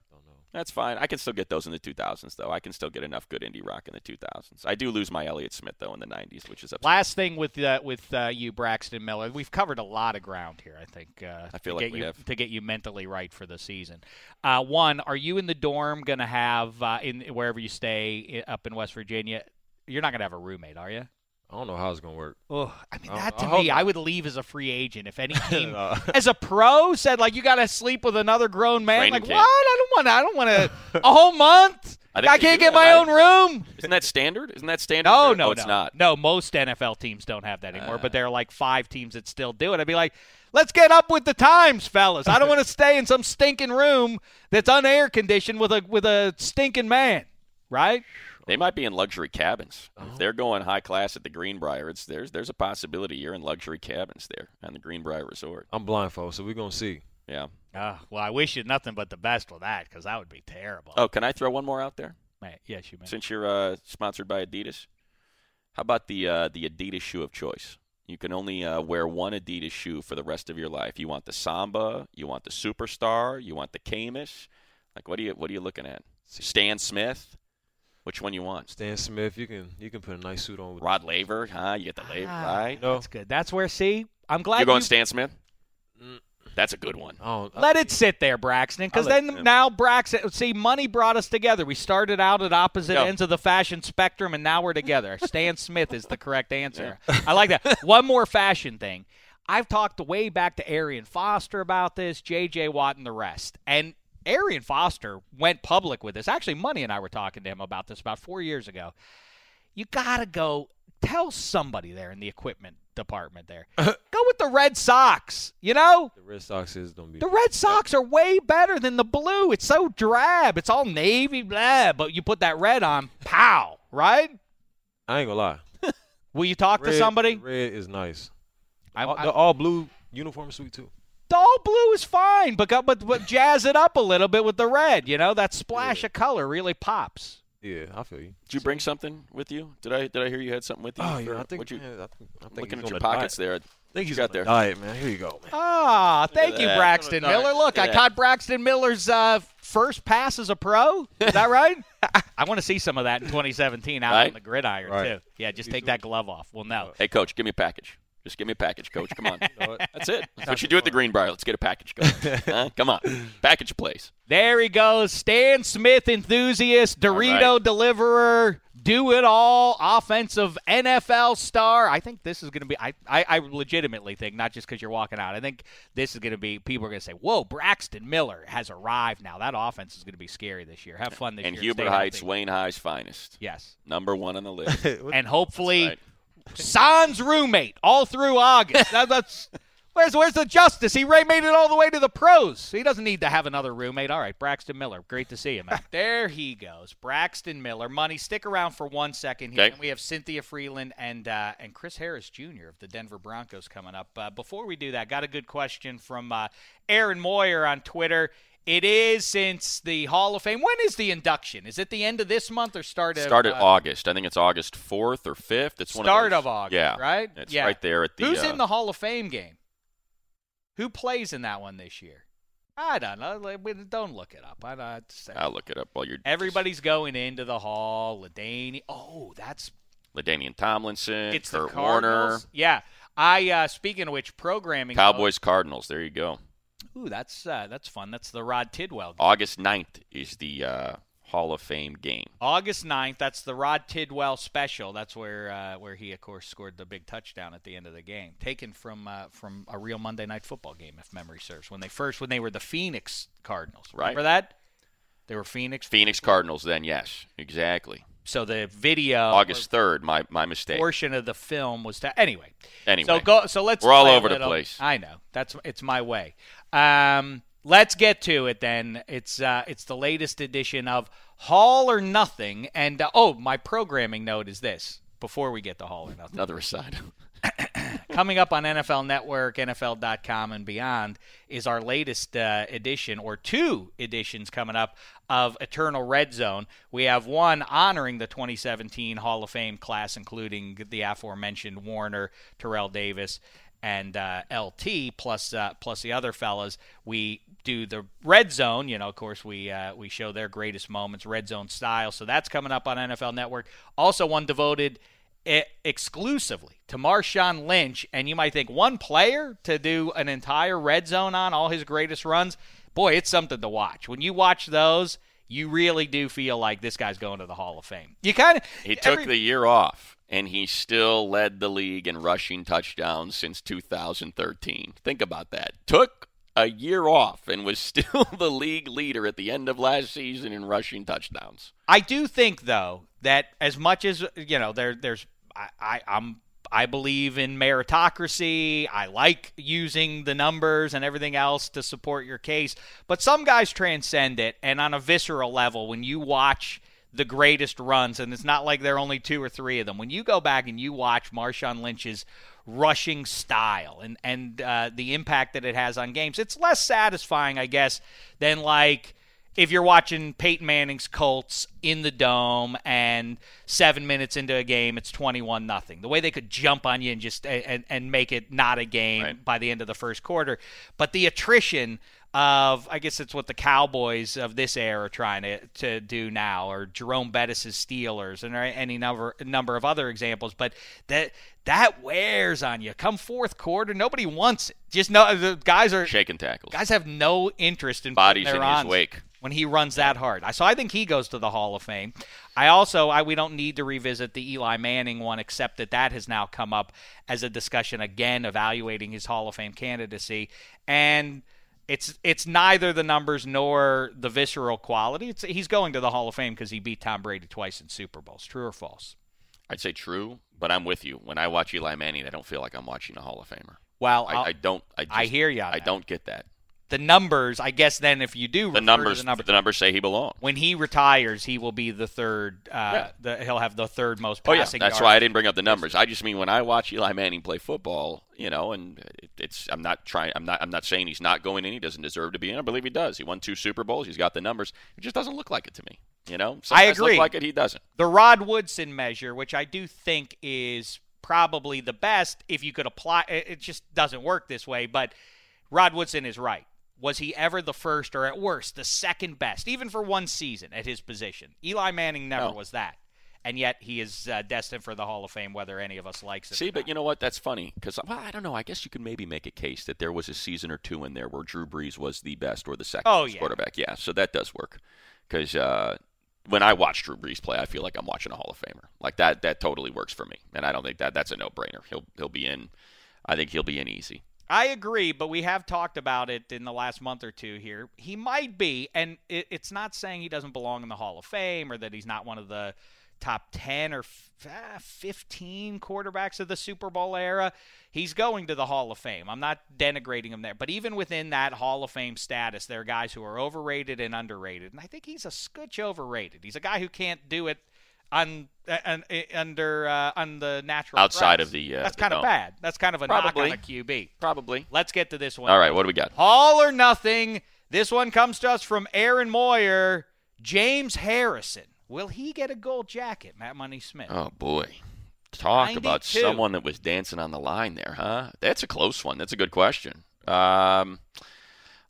That's fine. I can still get those in the 2000s, though. I can still get enough good indie rock in the 2000s. I do lose my Elliott Smith, though, in the 90s, which is upsetting.
Last thing with uh, with uh, you, Braxton Miller. We've covered a lot of ground here. I think. Uh,
I feel
to
like
get
we
you,
have.
to get you mentally right for the season. Uh, one, are you in the dorm going to have uh, in wherever you stay i- up in West Virginia? You're not going to have a roommate, are you?
I don't know how it's gonna work.
Oh, I mean
I-
that
I
to
hope
me,
not.
I would leave as a free agent if any team, as a pro, said like you got to sleep with another grown man.
Training
like
camp.
what? I don't want. I don't want to a whole month.
I
I,
think they
can't
do
get
that,
my
right?
own room.
Isn't that standard? Isn't that standard?
No,
for-
no,
oh, it's
no.
not.
No, most NFL teams don't have that anymore, but there are like five teams that still do it. I'd be like, let's get up with the times, fellas. I don't want to stay in some stinking room that's unair conditioned with a with a stinking man, right?
They might be in luxury cabins. If they're going high class at the Greenbrier, it's there's there's a possibility you're in luxury cabins there on the Greenbrier Resort.
I'm blindfolded, so we're gonna see.
Yeah.
Uh, well, I wish you nothing but the best with that because that would be terrible.
Oh, can I throw one more out there?
Man, yes, you may.
Since you're uh, sponsored by Adidas, how about the uh, the Adidas shoe of choice? You can only uh, wear one Adidas shoe for the rest of your life. You want the Samba, you want the Superstar, you want the Camus. Like, what are you what are you looking at? Stan Smith. Which one you want?
Stan Smith, you can you can put a nice suit on with Ah.
Rod Laver, huh? You get the Laver, right?
No,
That's good. That's where. See, I'm glad
You're going
you
Stan Smith.
Mm.
That's a good one.
Oh, I don't,
Let it sit there, Braxton, because
I'll let-
then now Braxton. See, money brought us together. We started out at opposite
Yeah.
ends of the fashion spectrum, and now we're together. Stan Smith is the correct answer. I like that. One more fashion thing. I've talked way back to Arian Foster about this, J.J. Watt, and the rest, and. Arian Foster went public with this. Actually, Money and I were talking to him about this about four years ago you gotta go tell somebody there in the equipment department there go with the red sox you know
the Red Sox is gonna be
the red sox are way better than the blue it's so drab it's all navy blah but you put that red on pow right
I ain't gonna lie.
will you talk
red,
to somebody
Red is nice.
I,
All-
I-
the all blue uniform suit too.
the all blue is fine but, go- but but jazz it up a little bit with the red you know that splash of color really pops
Yeah, I feel you.
Did you bring something with you? Did I did I hear you had something with you?
Oh
for-
yeah, I think
what'd you,
man, I think, I think
looking
he's
at
on
your
a
pockets
diet.
there.
I think he's
you
on
got
a
there.
diet, man. Here you go, man.
Ah, thank
at
you,
that.
Braxton
Look at
Miller.
that.
Look, I
Yeah.
caught Braxton Miller's uh, first pass as a pro. Is that right? I want to see some of that in 2017 out
Right?
on the gridiron
Right.
too. Yeah, just take that glove off. Well, no.
Hey, coach, give me a package. Just give me a package, coach. Come on.
You know what?
That's it. That's what you do at the Greenbrier. Let's get a package, coach. Huh? Come on. Package place.
There he goes. Stan Smith enthusiast, Dorito
right.
deliverer, do it all, offensive NFL star. I think this is going to be, I, I, I legitimately think, not just because you're walking out, I think this is going to be, people are going to say, whoa, Braxton Miller has arrived now. That offense is going to be scary this year. Have fun this
and
year.
Hubert
Stay
Heights,
healthy.
Wayne High's finest.
Yes.
Number one on the list.
And hopefully,
right.
Sans roommate all through August. That- that's. Where's, where's the justice? He Ray made it all the way to the pros. He doesn't need to have another roommate. All right, Braxton Miller. Great to see him. there he goes. Braxton Miller. Money, stick around for one second here.
Okay.
And we have Cynthia Freeland and uh, and Chris Harris Jr. of the Denver Broncos coming up. Uh, before we do that, got a good question from uh, Aaron Moyer on Twitter. It is since the Hall of Fame. When is the induction? Is it the end of this month or start of
Start at
uh,
August. I think it's August 4th or 5th. It's one
Start
of,
of
those-
August,
Yeah.
right?
It's
Yeah.
right there at the.
Who's
uh,
in the Hall of Fame game? Who plays in that one this year? I don't know. Like, we- Don't look it up. I don't. Just,
I'll look it up while you're.
Everybody's going into the Hall. Ladaini. Oh, that's
Ladainian Tomlinson,
it's
Kurt
the
Warner,
Cardinals. Yeah. I uh, speaking of which, programming
Cowboys, Cardinals. There you go.
Ooh, that's uh, that's fun. That's the Rod Tidwell game.
August 9th is the uh, Hall of Fame game.
August 9th, that's the Rod Tidwell special. That's where uh, where he, of course, scored the big touchdown at the end of the game, taken from uh, from a real Monday Night Football game, if memory serves. When they first, when they were the Phoenix Cardinals,
Right.
Remember that? They were Phoenix.
Phoenix Cardinals, then, yes. Exactly.
So the video
August 3rd, my, my mistake.
portion of the film was ta- anyway.
Anyway.
so go. So let's.
We're all
play a
over the
little-
place.
I know. That's it's my way. Um, let's get to it then. It's uh, it's the latest edition of Hall or Nothing. And uh, oh, my programming note is this. Before we get to Hall or Nothing,
Another aside.
coming up on NFL Network, NFL.com, and beyond is our latest uh, edition or two editions coming up of Eternal Red Zone. We have one honoring the 2017 Hall of Fame class, including the aforementioned Warner, Terrell Davis. And uh, LT plus uh, plus the other fellas, we do the red zone. You know, of course, we uh, we show their greatest moments, red zone style. So that's coming up on NFL Network. Also, one devoted e- exclusively to Marshawn Lynch, and you might think one player to do an entire red zone on all his greatest runs. Boy, it's something to watch. When you watch those, you really do feel like this guy's going to the Hall of Fame. You kind of
He took the year off, and he still led the league in rushing touchdowns since 2013. Think about that. Took a year off and was still the league leader at the end of last season in rushing touchdowns.
I do think though that as much as you know, there there's I, I I'm I believe in meritocracy. I like using the numbers and everything else to support your case. But some guys transcend it and on a visceral level when you watch the greatest runs, and it's not like there are only two or three of them. When you go back and you watch Marshawn Lynch's rushing style and and uh, the impact that it has on games, it's less satisfying, I guess, than like if you're watching Peyton Manning's Colts in the dome and seven minutes into a game, it's 21 nothing. The way they could jump on you and just and, and make it not a game
Right.
by the end of the first quarter, but the attrition of I guess it's what the Cowboys of this era are trying to, to do now, or Jerome Bettis's Steelers, and there are any number number of other examples. But that that wears on you. Come fourth quarter, nobody wants it. Just no, the guys are
Shaking tackles.
Guys have no interest in putting
Bodies
their
in his
ons
wake.
when he runs that hard. I- So I think he goes to the Hall of Fame. I also I we don't need to revisit the Eli Manning one, except that that has now come up as a discussion again, evaluating his Hall of Fame candidacy, and it's it's neither the numbers nor the visceral quality. It's he's going to the Hall of Fame because he beat Tom Brady twice in Super Bowls. True or false?
I'd say true, but I'm with you. When I watch Eli Manning, I don't feel like I'm watching a Hall of Famer.
Well,
I,
I'll-
I don't. I, just,
I hear you on
I
that.
don't get that.
the numbers. I guess then if you do refer
The
to
numbers,
the numbers,
say he belongs.
when he retires, he will be the third. Uh, the, he'll have the third most
Oh yeah,
passing.
that's
yards.
why I didn't bring up the numbers. I just mean when I watch Eli Manning play football, you know, and it, it's I'm not trying. I'm not. I'm not saying he's not going in. He doesn't deserve to be in. I believe he does. He won two Super Bowls. He's got the numbers. It just doesn't look like it to me. You know, Some
I
guys
agree.
Look like it. He doesn't.
the Rod Woodson measure, which I do think is probably the best if you could apply it it just doesn't work this way, but Rod Woodson is right. Was he ever the first or at worst the second best, even for one season at his position? Eli Manning never
No.
was that. and yet he is uh, destined for the Hall of Fame, whether any of us likes it.
See,
or
but
not.
you know what? That's funny because well, I don't know. I guess you could maybe make a case that there was a season or two in there where Drew Brees was the best or the second
Oh,
best
yeah.
quarterback. Yeah, so that does work because uh, when I watch Drew Brees play, I feel like I'm watching a Hall of Famer. Like that, that totally works for me, and I don't think that that's a no brainer. He'll he'll be in. I think he'll be in easy.
I agree, but we have talked about it in the last month or two here. He might be, and it, it's not saying he doesn't belong in the Hall of Fame or that he's not one of the top 10 or f- ah, 15 quarterbacks of the Super Bowl era. He's going to the Hall of Fame. I'm not denigrating him there, but even within that Hall of Fame status, there are guys who are overrated and underrated, and I think he's a scotch overrated. He's a guy who can't do it on, uh, un- uh, under uh, on the natural
Outside
grass.
of the, uh,
that's
the
kind of
dome.
bad. That's kind of a
Probably.
knock on a QB.
Probably.
Let's get to this one.
All right, what do we got?
All or nothing. This one comes to us from Aaron Moyer. James Harrison. Will he get a gold jacket, Matt Money Smith?
Oh boy. Talk about
92.
someone that was dancing on the line there, huh? That's a close one. That's a good question. Um,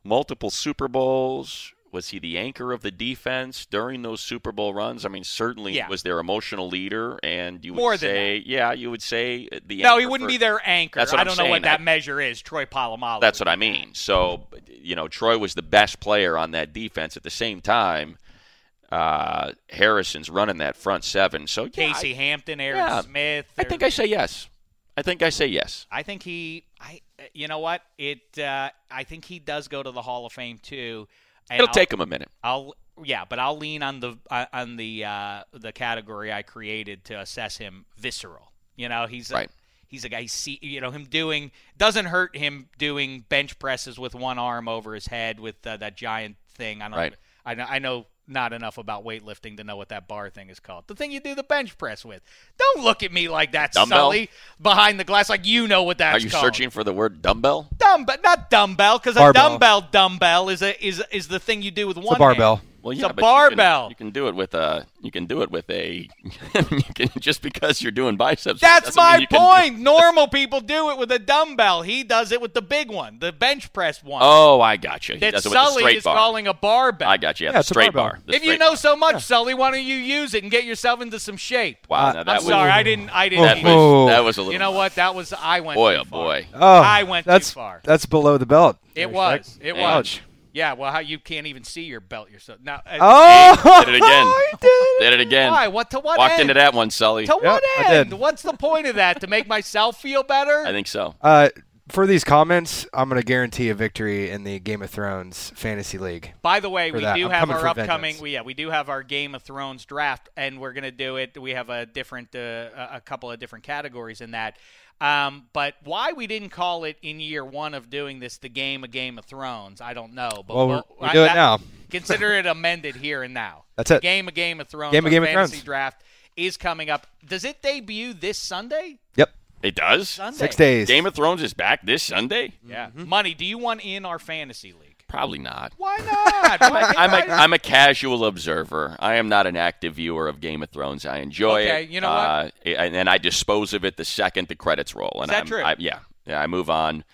multiple Super Bowls. Was he the anchor of the defense during those Super Bowl runs? I mean, certainly
Yeah.
was their emotional leader, and you would
More than
say, yeah, you would say uh, the.
no, he
anchor
wouldn't
for-
be their anchor.
That's what
I
I'm
don't know what
saying.
that
I-
measure is. Troy Polamalu.
That's
would
what I
be that.
mean. So, you know, Troy was the best player on that defense. At the same time, uh, Harrison's running that front seven. So yeah,
Casey Hampton, Aaron
Yeah.
Smith.
I, I think I say yes. I think I say yes.
I think he. I. You know what? It. Uh, I think he does go to the Hall of Fame too. And
It'll
I'll-
take him a minute.
I'll yeah, but I'll lean on the uh, on the uh, the category I created to assess him visceral. You know, he's
Right.
a, he's a guy. He's see, you know, him doing doesn't hurt him doing bench presses with one arm over his head with uh, that giant thing. I don't.
Right.
I know. I know not enough about weightlifting to know what that bar thing is called. The thing you do the bench press with. Don't look at me like that,
Dumbbell?
Sully, behind the glass like you know what that's
Are you
called
searching for the word dumbbell?
dumbbell, not dumbbell, because a
Barbell.
dumbbell dumbbell is a is is the thing you do with
It's
one
a barbell.
hand.
Well,
It's
yeah,
a
but you can-
barbell.
You can, do it with a. You can do it with a. you can, just because you're doing biceps.
That's
doesn't mean
my
you can do-
point. Normal people do it with a dumbbell. He does it with the big one, the bench press one.
oh, I got you. He
that
does it with the
Sully
straight
is
bar.
calling a barbell.
I got you. Yeah,
Yeah,
the
it's a
straight
barbell.
bar. the
if you
straight
know
bar.
so much, Sully, why don't you use it and get yourself into some shape?
wow,
Uh,
now that
I'm
was,
sorry, I didn't. I didn't.
That
even-
Oh.
was, that was a little.
you know what? That was I went.
Boy,
too
oh
far.
boy.
Oh,
I went too
that's,
far.
That's below the belt.
It
There,
was.
Shaq.
It was.
Ouch.
Yeah. Well, how you can't even see your belt yourself now? uh,
Oh,
Did it again.
he did it.
Did it again.
Why? What to what
Walked
end?
into that one, Sully.
To what
I
end?
did.
What's the point of that? To make myself feel better?
I think so.
Uh, for these comments, I'm going to guarantee a victory in the Game of Thrones fantasy league.
By the way,
For
we
that,
do
I'm
have
coming
our
for
upcoming.
vengeance.
We, yeah, we do have our Game of Thrones draft, and we're gonna do it. We have a different, uh, a- a couple of different categories in that. Um, but why we didn't call it in year one of doing this the game of Game of Thrones, I don't know. But
Well,
we'll-
we
I-
do it
that-
now.
Consider it amended here and now.
That's it.
Game of Game of Thrones.
Game of
our
Game of
fantasy
Thrones.
draft is coming up. Does it debut this Sunday?
Yep.
It does.
Sunday.
Six days.
Game of Thrones is back this Sunday.
Yeah.
Mm-hmm.
Money. Do you want in our fantasy league?
Probably not.
Why not? Why can't
I'm a,
I-
I'm a casual observer. I am not an active viewer of Game of Thrones. I enjoy
Okay,
it.
you know what?
uh, And, and I dispose of it the second the credits roll. And
that
I'm,
true?
I, yeah, yeah. I move on.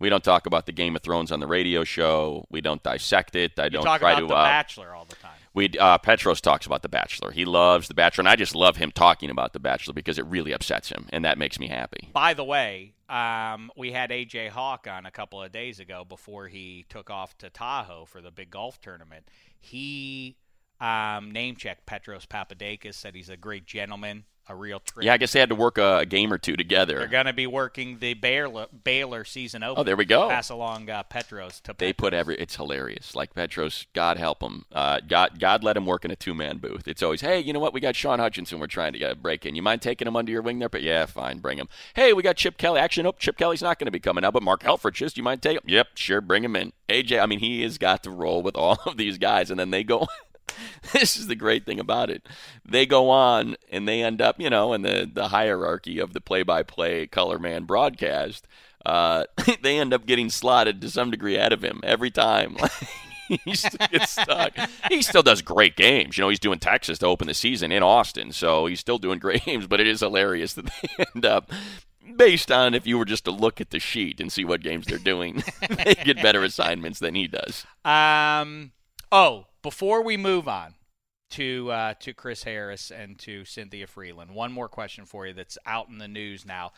We don't talk about the Game of Thrones on the radio show. We don't dissect it. I
you
don't
talk
try
about
to.
The
uh,
Bachelor all the time.
we uh, Petros talks about The Bachelor. He loves The Bachelor, and I just love him talking about The Bachelor because it really upsets him, and that makes me happy.
By the way, um, we had AJ Hawk on a couple of days ago before he took off to Tahoe for the big golf tournament. He um, name checked Petros Papadakis, said he's a great gentleman, a real trip.
Yeah, I guess they had to work a, a game or two
They're
together.
going to be working the Baylor, Baylor season open.
Oh, there we go.
Pass along uh, Petros to
They
Petros.
put every. It's hilarious. Like Petros, God help him. Uh, God, God let him work in a two-man booth. It's always, hey, you know what? We got Sean Hutchinson. We're trying to uh, break in. You mind taking him under your wing there? But yeah, fine, bring him. Hey, we got Chip Kelly. Actually, nope. Chip Kelly's not going to be coming out. But Mark Helfrich, just you mind take him? Yep, sure, bring him in. AJ, I mean, he has got to roll with all of these guys, and then they go. this is the great thing about it. They go on and they end up, you know, in the, the hierarchy of the play by play color man broadcast. Uh, they end up getting slotted to some degree out of him every time. he still gets stuck. He still does great games. You know, he's doing Texas to open the season in Austin, so he's still doing great games. But it is hilarious that they end up. Based on if you were just to look at the sheet and see what games they're doing, they get better assignments than he does.
Um, oh, before we move on, to uh, to Chris Harris and to Cynthia Freeland. One more question for you that's out in the news now.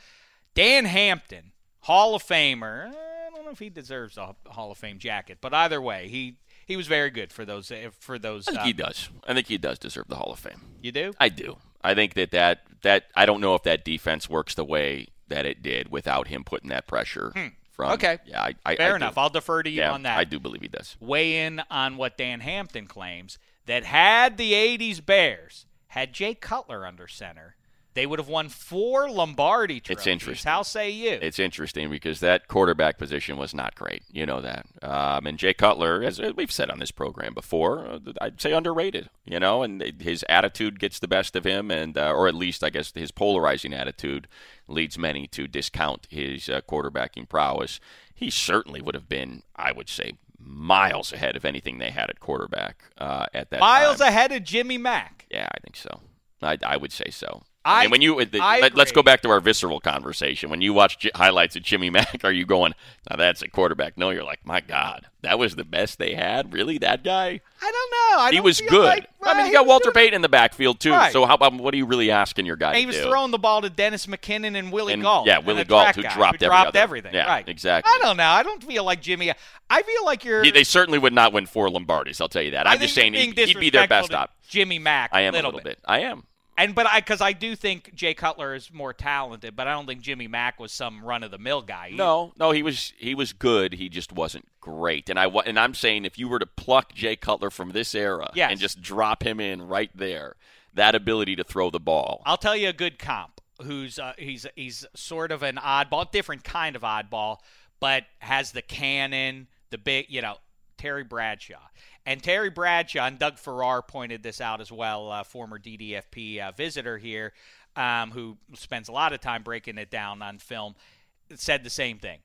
Dan Hampton, Hall of Famer. I don't know if he deserves a Hall of Fame jacket, but either way, he he was very good for those for those.
I think
uh,
he does. I think he does deserve the Hall of Fame.
You do?
I do. I think that, that that I don't know if that defense works the way that it did without him putting that pressure from.
Hmm. Okay.
Yeah. I, I,
Fair
I
enough.
Do.
I'll defer to you
yeah,
on that.
I do believe he does.
weigh in on what Dan Hampton claims that had the 80s Bears had Jay Cutler under center, they would have won four Lombardi trophies.
interesting.
How say you?
It's interesting because that quarterback position was not great. You know that. Um, and Jay Cutler, as we've said on this program before, uh, I'd say underrated. You know, and his attitude gets the best of him, and uh, or at least I guess his polarizing attitude leads many to discount his uh, quarterbacking prowess. He certainly would have been, I would say, miles ahead of anything they had at quarterback uh, at that
Miles
time.
ahead of Jimmy Mack.
Yeah, I think so. I, I would say so.
I-
I mean, when you uh, the,
I
let, us go
agree.
back to our visceral conversation. When you watch J- highlights of Jimmy Mack, are you going, "Now that's a quarterback"? No, you're like, "My God, that was the best they had." Really, that guy?
I don't know. I
he
don't
was
feel
good.
like-
I mean,
he
you got
was
Walter
doing-
Payton in the backfield too.
Right.
So how about what are you really asking your guy
And he
to
was
do?
throwing the ball to Dennis McKinnon and Willie
And-
Galt.
yeah,
and
Willie
a track
Galt, who
guy
dropped every
dropped
other-
everything.
yeah,
right.
exactly.
I don't know. I don't feel like Jimmy. I feel like you're.
He- they certainly would not win four Lombardis. I'll tell you that.
I
I'm
think
just saying
you're being
he'd, he'd be their
disrespectful
best
to
op.
Jimmy Mack.
I am
a little,
bit. I am.
And but I because I do think Jay Cutler is more talented, but I don't think Jimmy Mack was some run of the mill guy.
No, no, he was he was good. He just wasn't great. And I wa- and I'm saying if you were to pluck Jay Cutler from this era
Yes.
and just drop him in right there, that ability to throw the ball.
I'll tell you a good comp who's uh, he's he's sort of an oddball, different kind of oddball, but has the cannon, the big, you know, Terry Bradshaw. And Terry Bradshaw and Doug Farrar pointed this out as well, uh, former DDFP uh, visitor here, um, who spends a lot of time breaking it down on film, said the same thing.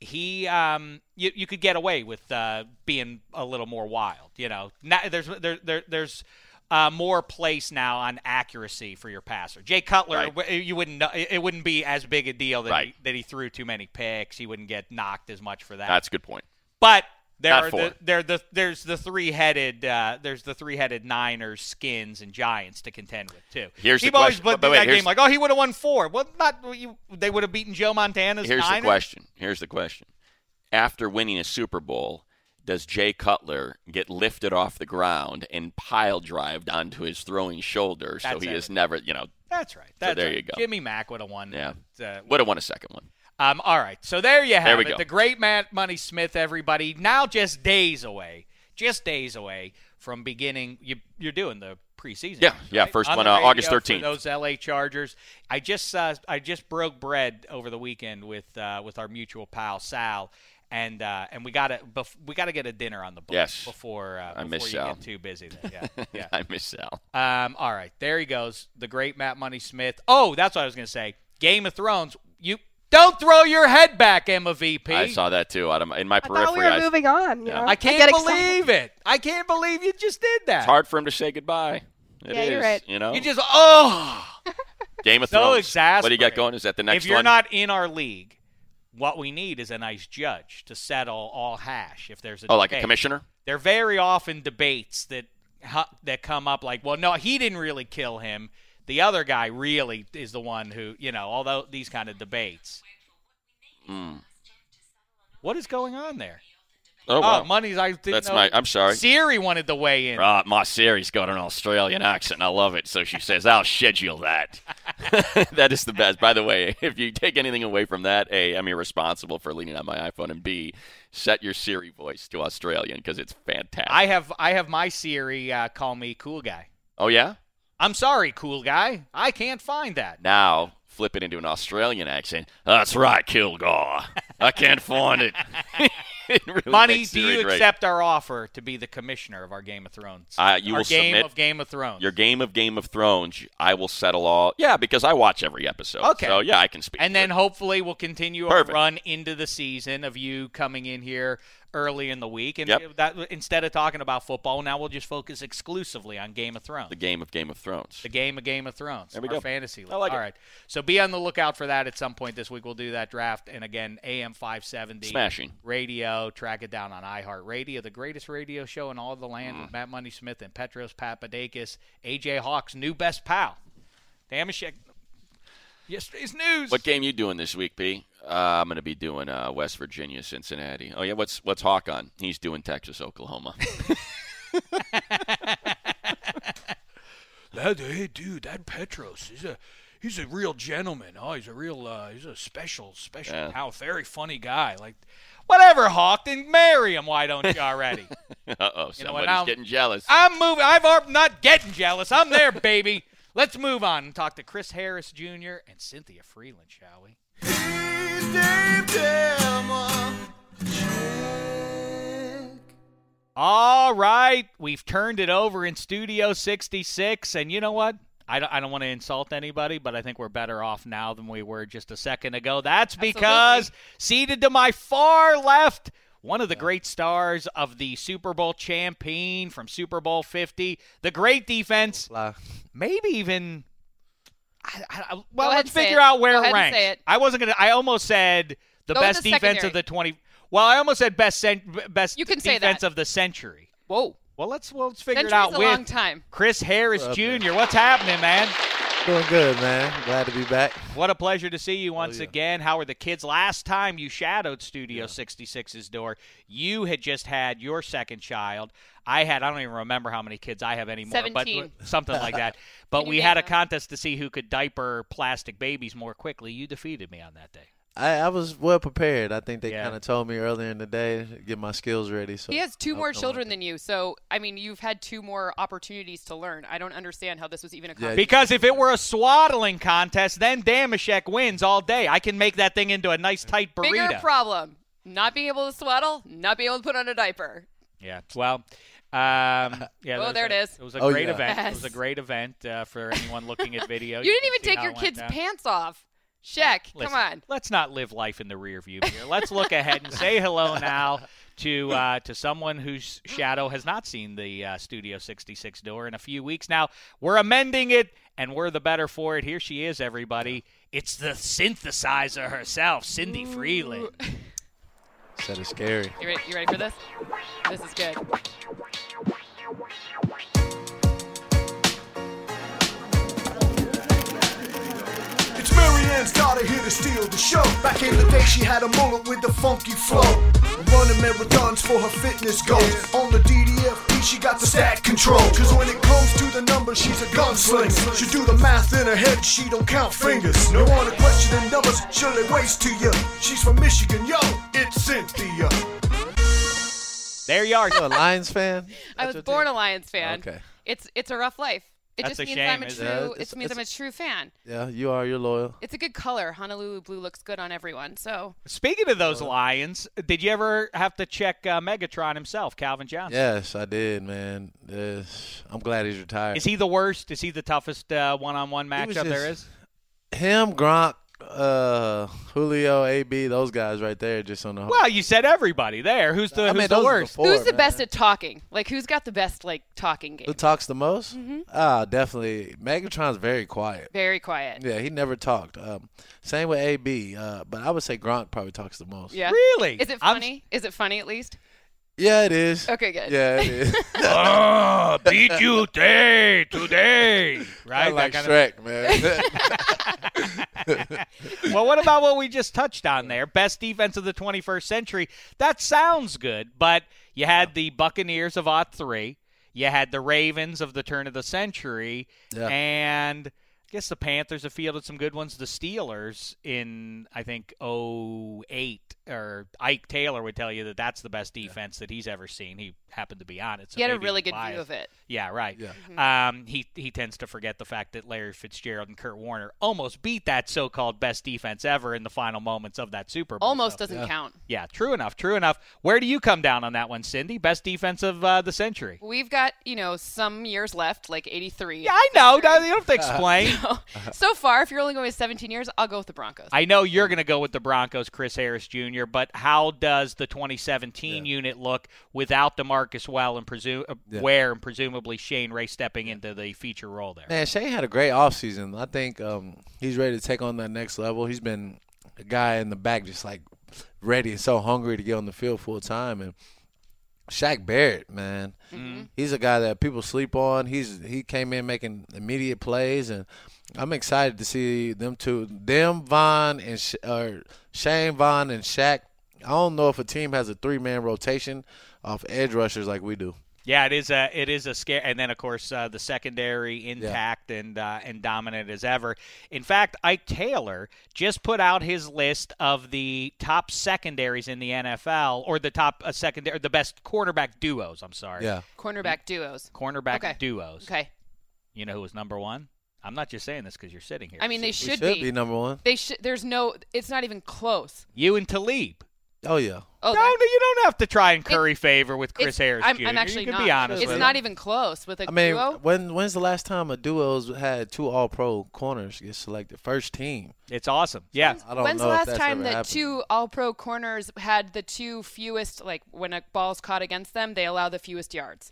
He, um, you, you could get away with uh, being a little more wild, you know. Not, there's there, there there's uh, more place now on accuracy for your passer. Jay Cutler,
Right.
w- you wouldn't know, it it wouldn't be as big a deal that he,
Right.
that he threw too many picks. He wouldn't get knocked as much for that.
That's a good point.
But there
Not
are
four.
the, there the there's the three headed uh, there's the three headed Niners, Skins, and Giants to contend with too.
Here's the
People always
question-
put
but- but wait,
that game
here's-
like, oh, he would have won four. Well, not you, they would have beaten Joe Montana's
Here's
Niners.
the question. Here's the question. After winning a Super Bowl, does Jay Cutler get lifted off the ground and pile drived onto his throwing shoulder so
That's
he
it.
is never, you know,
That's right. That's
there
right.
you go.
Jimmy Mack would have won.
Yeah.
Uh,
would have won a second one.
Um, all right. So there you have
There we
it.
go.
The great Matt Money Smith, everybody. Now just days away, just days away from beginning. You, you're doing the preseason.
Yeah,
games,
yeah,
right?
first
On
one,
the
uh,
radio
August
for
13th.
Those L.A. Chargers. I just uh, I just broke bread over the weekend with uh, with our mutual pal Sal. And uh, and we gotta bef- we gotta get a dinner on the books
Yes.
before uh,
I
before
miss
you
Sal.
get too busy. There. Yeah, yeah.
I miss Al.
Um, all right, there he goes. The great Matt Money Smith. Oh, that's what I was gonna say. Game of Thrones. You don't throw your head back, Emma VP.
I saw that too. Out of my, in my periphery,
thought we were
I-
moving on. you
Yeah.
know?
I
get
can't
excited.
believe it. I can't believe you just did that.
it's hard for him to say goodbye. It
Yeah, you're
is,
right.
You know,
You just oh.
Game of
so
Thrones. What do you
exasperating.
got going? Is that the next
if you're
one?
not in our league, what we need is a nice judge to settle all hash. If there's a
oh, like a
debate.
commissioner?
There very often debates that hu- that come up like, well, no, he didn't really kill him. The other guy really is the one who, you know, although these kind of debates.
Hmm.
What is going on there?
Oh, wow.
money's I didn't
That's
know-
my. I'm sorry.
Siri wanted to weigh in.
Right, my Siri's got an Australian accent. and I love it. So she says, "I'll schedule that." that is the best. By the way, if you take anything away from that, a, I'm irresponsible for leaning on my iPhone, and b, set your Siri voice to Australian because it's fantastic.
I have I have my Siri uh, call me cool guy.
oh yeah.
I'm sorry, cool guy. I can't find that.
Now flip it into an Australian accent. That's right, Kilgore. I can't find it. It really
Money,
makes
do
Siri
you
great.
accept our offer to be the commissioner of our Game of Thrones?
Uh, you
our
will
game
submit
of Game of Thrones.
Your game of Game of Thrones, I will settle all. Yeah, because I watch every episode.
Okay.
So yeah, I can speak.
And
to
then
it.
hopefully we'll continue our
Perfect.
run into the season of you coming in here early in the week, and
Yep.
that instead of talking about football, now we'll just focus exclusively on Game of Thrones.
The game of Game of Thrones.
The game of Game of Thrones.
There we
our
go.
Fantasy league.
I like
All
it.
right. So be on the lookout for that at some point this week. We'll do that draft. And again, AM 570.
Smashing.
Radio. Track it down on iHeartRadio, the greatest radio show in all the land
Mm.
with Matt Money Smith and Petros Papadakis, AJ Hawk's new best pal. Damashek. Yesterday's news.
What game you doing this week, P? Uh, I'm going to be doing uh, West Virginia, Cincinnati. Oh yeah, what's what's Hawk on? He's doing Texas, Oklahoma.
That, hey, dude, that Petros, he's a he's a real gentleman. Oh, he's a real uh, he's a special special
Yeah.
pal, very funny guy. Like
Whatever, Hawk. Then marry him. Why don't you already?
uh oh, somebody's
You know what, now-
getting jealous.
I'm moving. I'm ar- not getting jealous. I'm there, baby. Let's move on and talk to Chris Harris Jr. and Cynthia Freeland, shall we? All right, we've turned it over in Studio 66, and you know what? I don't, I don't want to insult anybody, but I think we're better off now than we were just a second ago. That's because seated to my far left, one of the great stars of the Super Bowl champion from Super Bowl 50, the great defense,
La-
maybe even. I, I, I- well,
ahead and
let's
say
figure
it.
out where
Go
it
ahead and
ranks.
say it.
I wasn't gonna. I almost said the
Go with
best
the
defense of
secondary.
the twenty. Well, I almost said best cen- best
You can say
defense
that.
of the century.
Whoa.
Well, let's well, let's figure
Century's
it out
a
with
long time.
Chris Harris
Well, up there.
Jr. What's happening, man?
Doing good, man. Glad to be back.
What a pleasure to see you once
yeah.
again. How are the kids? Last time you shadowed Studio 66's door, you had just had your second child. I had I don't even remember how many kids I have anymore,
Seventeen.
but something like that. But
you
we
name
had a
them?
contest to see who could diaper plastic babies more quickly. You defeated me on that day.
I, I was well prepared. I think they
Yeah.
kind of told me earlier in the day to get my skills ready. So
He has two
I-
more
I
children
wanted-
than you, so I mean, you've had two more opportunities to learn. I don't understand how this was even a
Yeah,
competition.
Because if it were a swaddling contest, then Damashek wins all day. I can make that thing into a nice tight burrito.
Bigger problem: not being able to
Oh,
swaddle, not being able to put on a diaper.
Yeah. Well. Um, yeah.
Well,
that was
there
a-
it is.
It was a
Oh,
great
yeah.
event. It was a
Yes.
great event uh, for anyone looking at video.
You didn't
can
even
see
take
how
your
it went
kids'
down.
pants off. Check.
Listen,
Come on.
Let's not live life in the rear view mirror. Let's look ahead and say hello now to uh, to someone whose shadow has not seen the uh, Studio 66 door in a few weeks. Now we're amending it, and we're the better for it. Here she is, everybody. It's the synthesizer herself, Cindy Freeland.
Said it's scary.
You ready, you ready for this? This is good.
It's Mary Ann's daughter here to steal the show. Back in the day, she had a mullet with a funky flow. Running marathons for her fitness goals. On the DDFP, she got the stat control. Cause when it comes to the numbers, she's a gunslinger. She do the math in her head, she don't count fingers. No one to question the numbers, she'll lay waste to you. She's from Michigan, yo, it's Cynthia.
There you are.
You a Lions fan?
I was born a Lions fan.
Okay.
It's it's a rough life. It
That's
just
a
means
shame,
I'm a
isn't
true.
it? Yeah,
it
it's-
means I'm a
it's-
true fan.
Yeah, you are. You're loyal.
It's a good color. Honolulu blue looks good on everyone. So
Speaking of those lions, did you ever have to check uh, Megatron himself, Calvin Johnson?
Yes, I did, man. Yes, I'm glad he's retired.
Is he the worst? Is he the toughest uh, one-on-one
He was
matchup there is?
just- Him, Gronk, uh, Julio, AB, those guys right there, just on the.
Oh. Well, you said everybody there. Who's the
I
who's
mean,
the
those are
worst?
four,
who's the
man.
best at talking? Like who's got the best like talking game?
Who talks the most? Ah, definitely. Megatron's very quiet.
Mm-hmm. Very quiet.
Yeah, he never talked. Um, same with AB, uh, but I would say Gronk probably talks the most.
Yeah.
Really?
Is it
I'm-
funny? Is it funny at least?
Yeah, it is.
Okay, good.
Yeah, it is.
ah, beat you day today.
right? that
like
kind
Shrek, man.
of- well, what about what we just touched on there? Best defense of the 21st century. That sounds good, but you had the Buccaneers of Ot 3. You had the Ravens of the turn of the century.
Yeah.
And I guess the Panthers have fielded some good ones. The Steelers in, I think, 08, or Ike Taylor would tell you that that's the best defense that he's ever seen. He happened to be on it. So
He had a
maybe
really
he's
good
biased.
view of it.
Yeah, right.
Yeah.
Mm-hmm.
Um, he he tends to forget the fact that Larry Fitzgerald and Kurt Warner almost beat that so-called best defense ever in the final moments of that Super Bowl.
Almost
So-
doesn't count.
yeah, true enough, true enough. Where do you come down on that one, Cindy? Best defense of uh, the century.
We've got, you know, some years left, like 83.
Yeah, I know. You don't have to explain.
So so far, if you're only going with 17 years, I'll go with the Broncos.
I know you're going to go with the Broncos, Chris Harris Jr., but how does the 2017 unit look without DeMarcus Well and presu- uh
Yeah.
Ware and presumably Shane Ray stepping into the feature role there?
Man, Shane had a great offseason. I think um, he's ready to take on that next level. He's been a guy in the back just like ready and so hungry to get on the field full time. And Shaq Barrett, man,
Mhm.
he's a guy that people sleep on. He's he came in making immediate plays, and I'm excited to see them two, them Vaughn and Sh- or Shane Vaughn and Shaq. I don't know if a team has a three man rotation off edge rushers like we do.
Yeah, it is a it is a scare, and then of course uh, the secondary intact and uh, and dominant as ever. In fact, Ike Taylor just put out his list of the top secondaries in the NFL, or the top uh, secondary, the best quarterback duos. I'm sorry,
Yeah.
Cornerback duos.
cornerback
Okay.
duos.
Okay.
You know who was number one? I'm not just saying this because you're sitting here.
I mean, they
We
should,
should be number one.
They should. There's no. It's not even close.
You and Talib.
Oh yeah.
Oh,
no,
that-
no, you don't have to try and curry favor with Chris
It's-
Harris
I'm,
Jr.
I'm actually
you can
not.
be honest.
It's
with
not
him.
even close with a
I mean,
duo.
when when's the last time a duo's had two All Pro corners get selected first team?
It's awesome. Yeah,
I don't
When's
know
the
if
last
that's
time
ever
that
happened.
two All Pro corners had the two fewest, like when a ball's caught against them, they allow the fewest yards?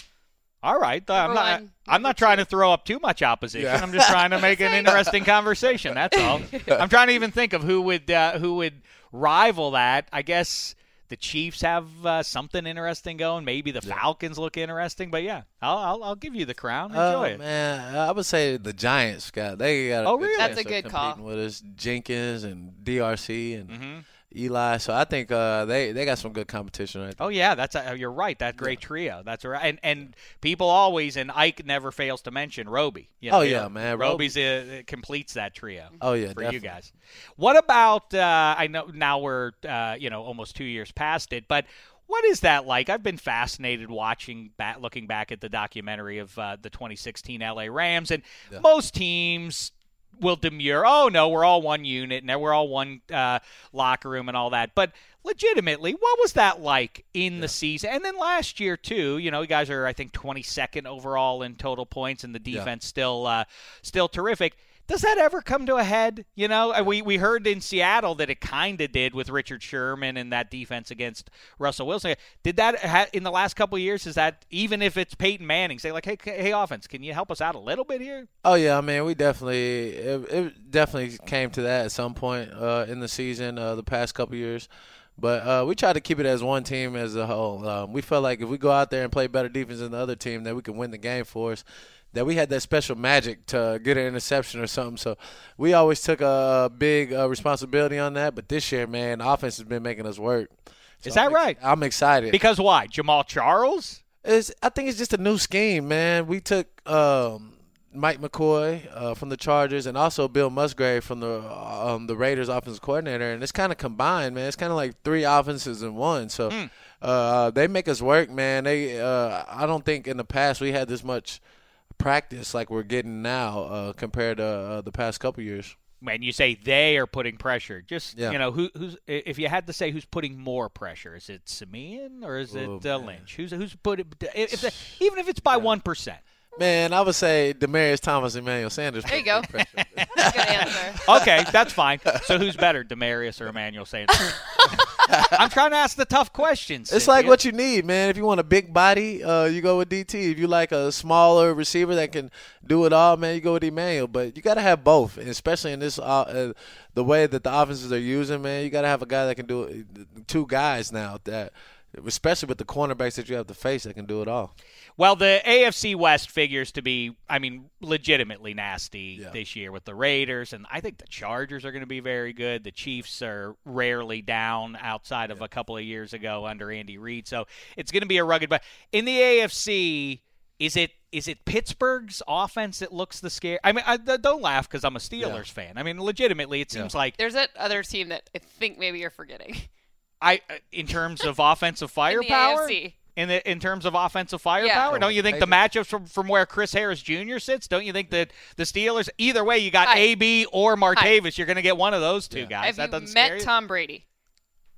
All right, th-
Number
I'm not.
one,
I'm not trying to throw up too much opposition.
Yeah.
I'm just trying to make an interesting conversation. That's all. I'm trying to even think of who would uh, who would rival that. I guess the Chiefs have uh, something interesting going. Maybe the Falcons look interesting. But yeah, I'll I'll, I'll give you the crown. Enjoy
Oh
it.
man, I would say the Giants got they got. A
Oh,
good
really?
chance
That's a
of
good call.
competing With us Jenkins and DRC and
Mm-hmm.
Eli, so I think uh, they they got some good competition right there.
Oh yeah, that's uh you're right. That great trio. That's right. And and people always and Ike never fails to mention Roby. You
Oh, yeah, man,
Roby's uh, completes that trio.
Oh, yeah,
for you
definitely.
guys. What about? Uh, I know now we're uh, you know almost two years past it, but. What is that like? I've been fascinated watching, back, looking back at the documentary of uh, the 2016 LA Rams, and most teams will demur. Oh no, we're all one unit, and we're all one uh, locker room, and all that. But legitimately, what was that like in the season? And then last year too. You know, you guys are I think 22nd overall in total points, and the
Yeah.
defense still uh, still terrific. Does that ever come to a head? You know, Uh, we we heard in Seattle that it kind of did with Richard Sherman and that defense against Russell Wilson. Did that ha- in the last couple of years? Is that even if it's Peyton Manning, say like, hey, c- hey, offense, can you help us out a little bit here?
Oh yeah, I mean we definitely it, it definitely came to that at some point uh, in the season uh, the past couple years, but uh, we tried to keep it as one team as a whole. Um, we felt like if we go out there and play better defense than the other team, that we can win the game for us. That we had that special magic to get an interception or something. So we always took a big uh, responsibility on that. But this year, man, the offense has been making us work.
Is that right?
I'm excited
Because why? Jamal Charles?
It's, I think it's just a new scheme, man. We took um, Mike McCoy uh, from the Chargers and also Bill Musgrave from the um, the Raiders offensive coordinator, and it's kind of combined, man. It's kind of like three offenses in one. So
Hmm.
uh, they make us work, man. They uh, I don't think in the past we had this much practice like we're getting now uh, compared to uh, the past couple years.
when you say they are putting pressure, just
Yeah.
you know who, who's if you had to say who's putting more pressure, is it Simeon or is
Oh,
it uh, Lynch? Who's who's putting if they, even if it's by one
Man, I would say Demarius Thomas, Emmanuel Sanders.
There you go.
Okay, that's fine. So who's better, Demarius or Emmanuel Sanders? I'm trying to ask the tough questions.
It's like what you need, man. If you want a big body, uh, you go with DT. If you like a smaller receiver that can do it all, man, you go with Emmanuel. But you got to have both, and especially in this uh, uh, the way that the offenses are using, man. You got to have a guy that can do it. Two guys now that, especially with the cornerbacks that you have to face, that can do it all.
Well, the AFC West figures to be, I mean, legitimately nasty this year with the Raiders, and I think the Chargers are going to be very good. The Chiefs are rarely down outside of a couple of years ago under Andy Reid, so it's going to be a rugged. But in the AFC, is it is it Pittsburgh's offense that looks the scare? I mean, I, th- don't laugh because I'm a Steelers fan. I mean, legitimately, it seems like
There's that other team that I think maybe you're forgetting.
I uh, in terms of offensive firepower.
AFC.
in, the, in terms of offensive firepower, don't you think the matchups from, from where Chris Harris Jr. sits? Don't you think that the Steelers, either way, you got AB or Martavis, you're going to get one of those two
Have
guys. that
you
doesn't scare
met
you?
Tom Brady?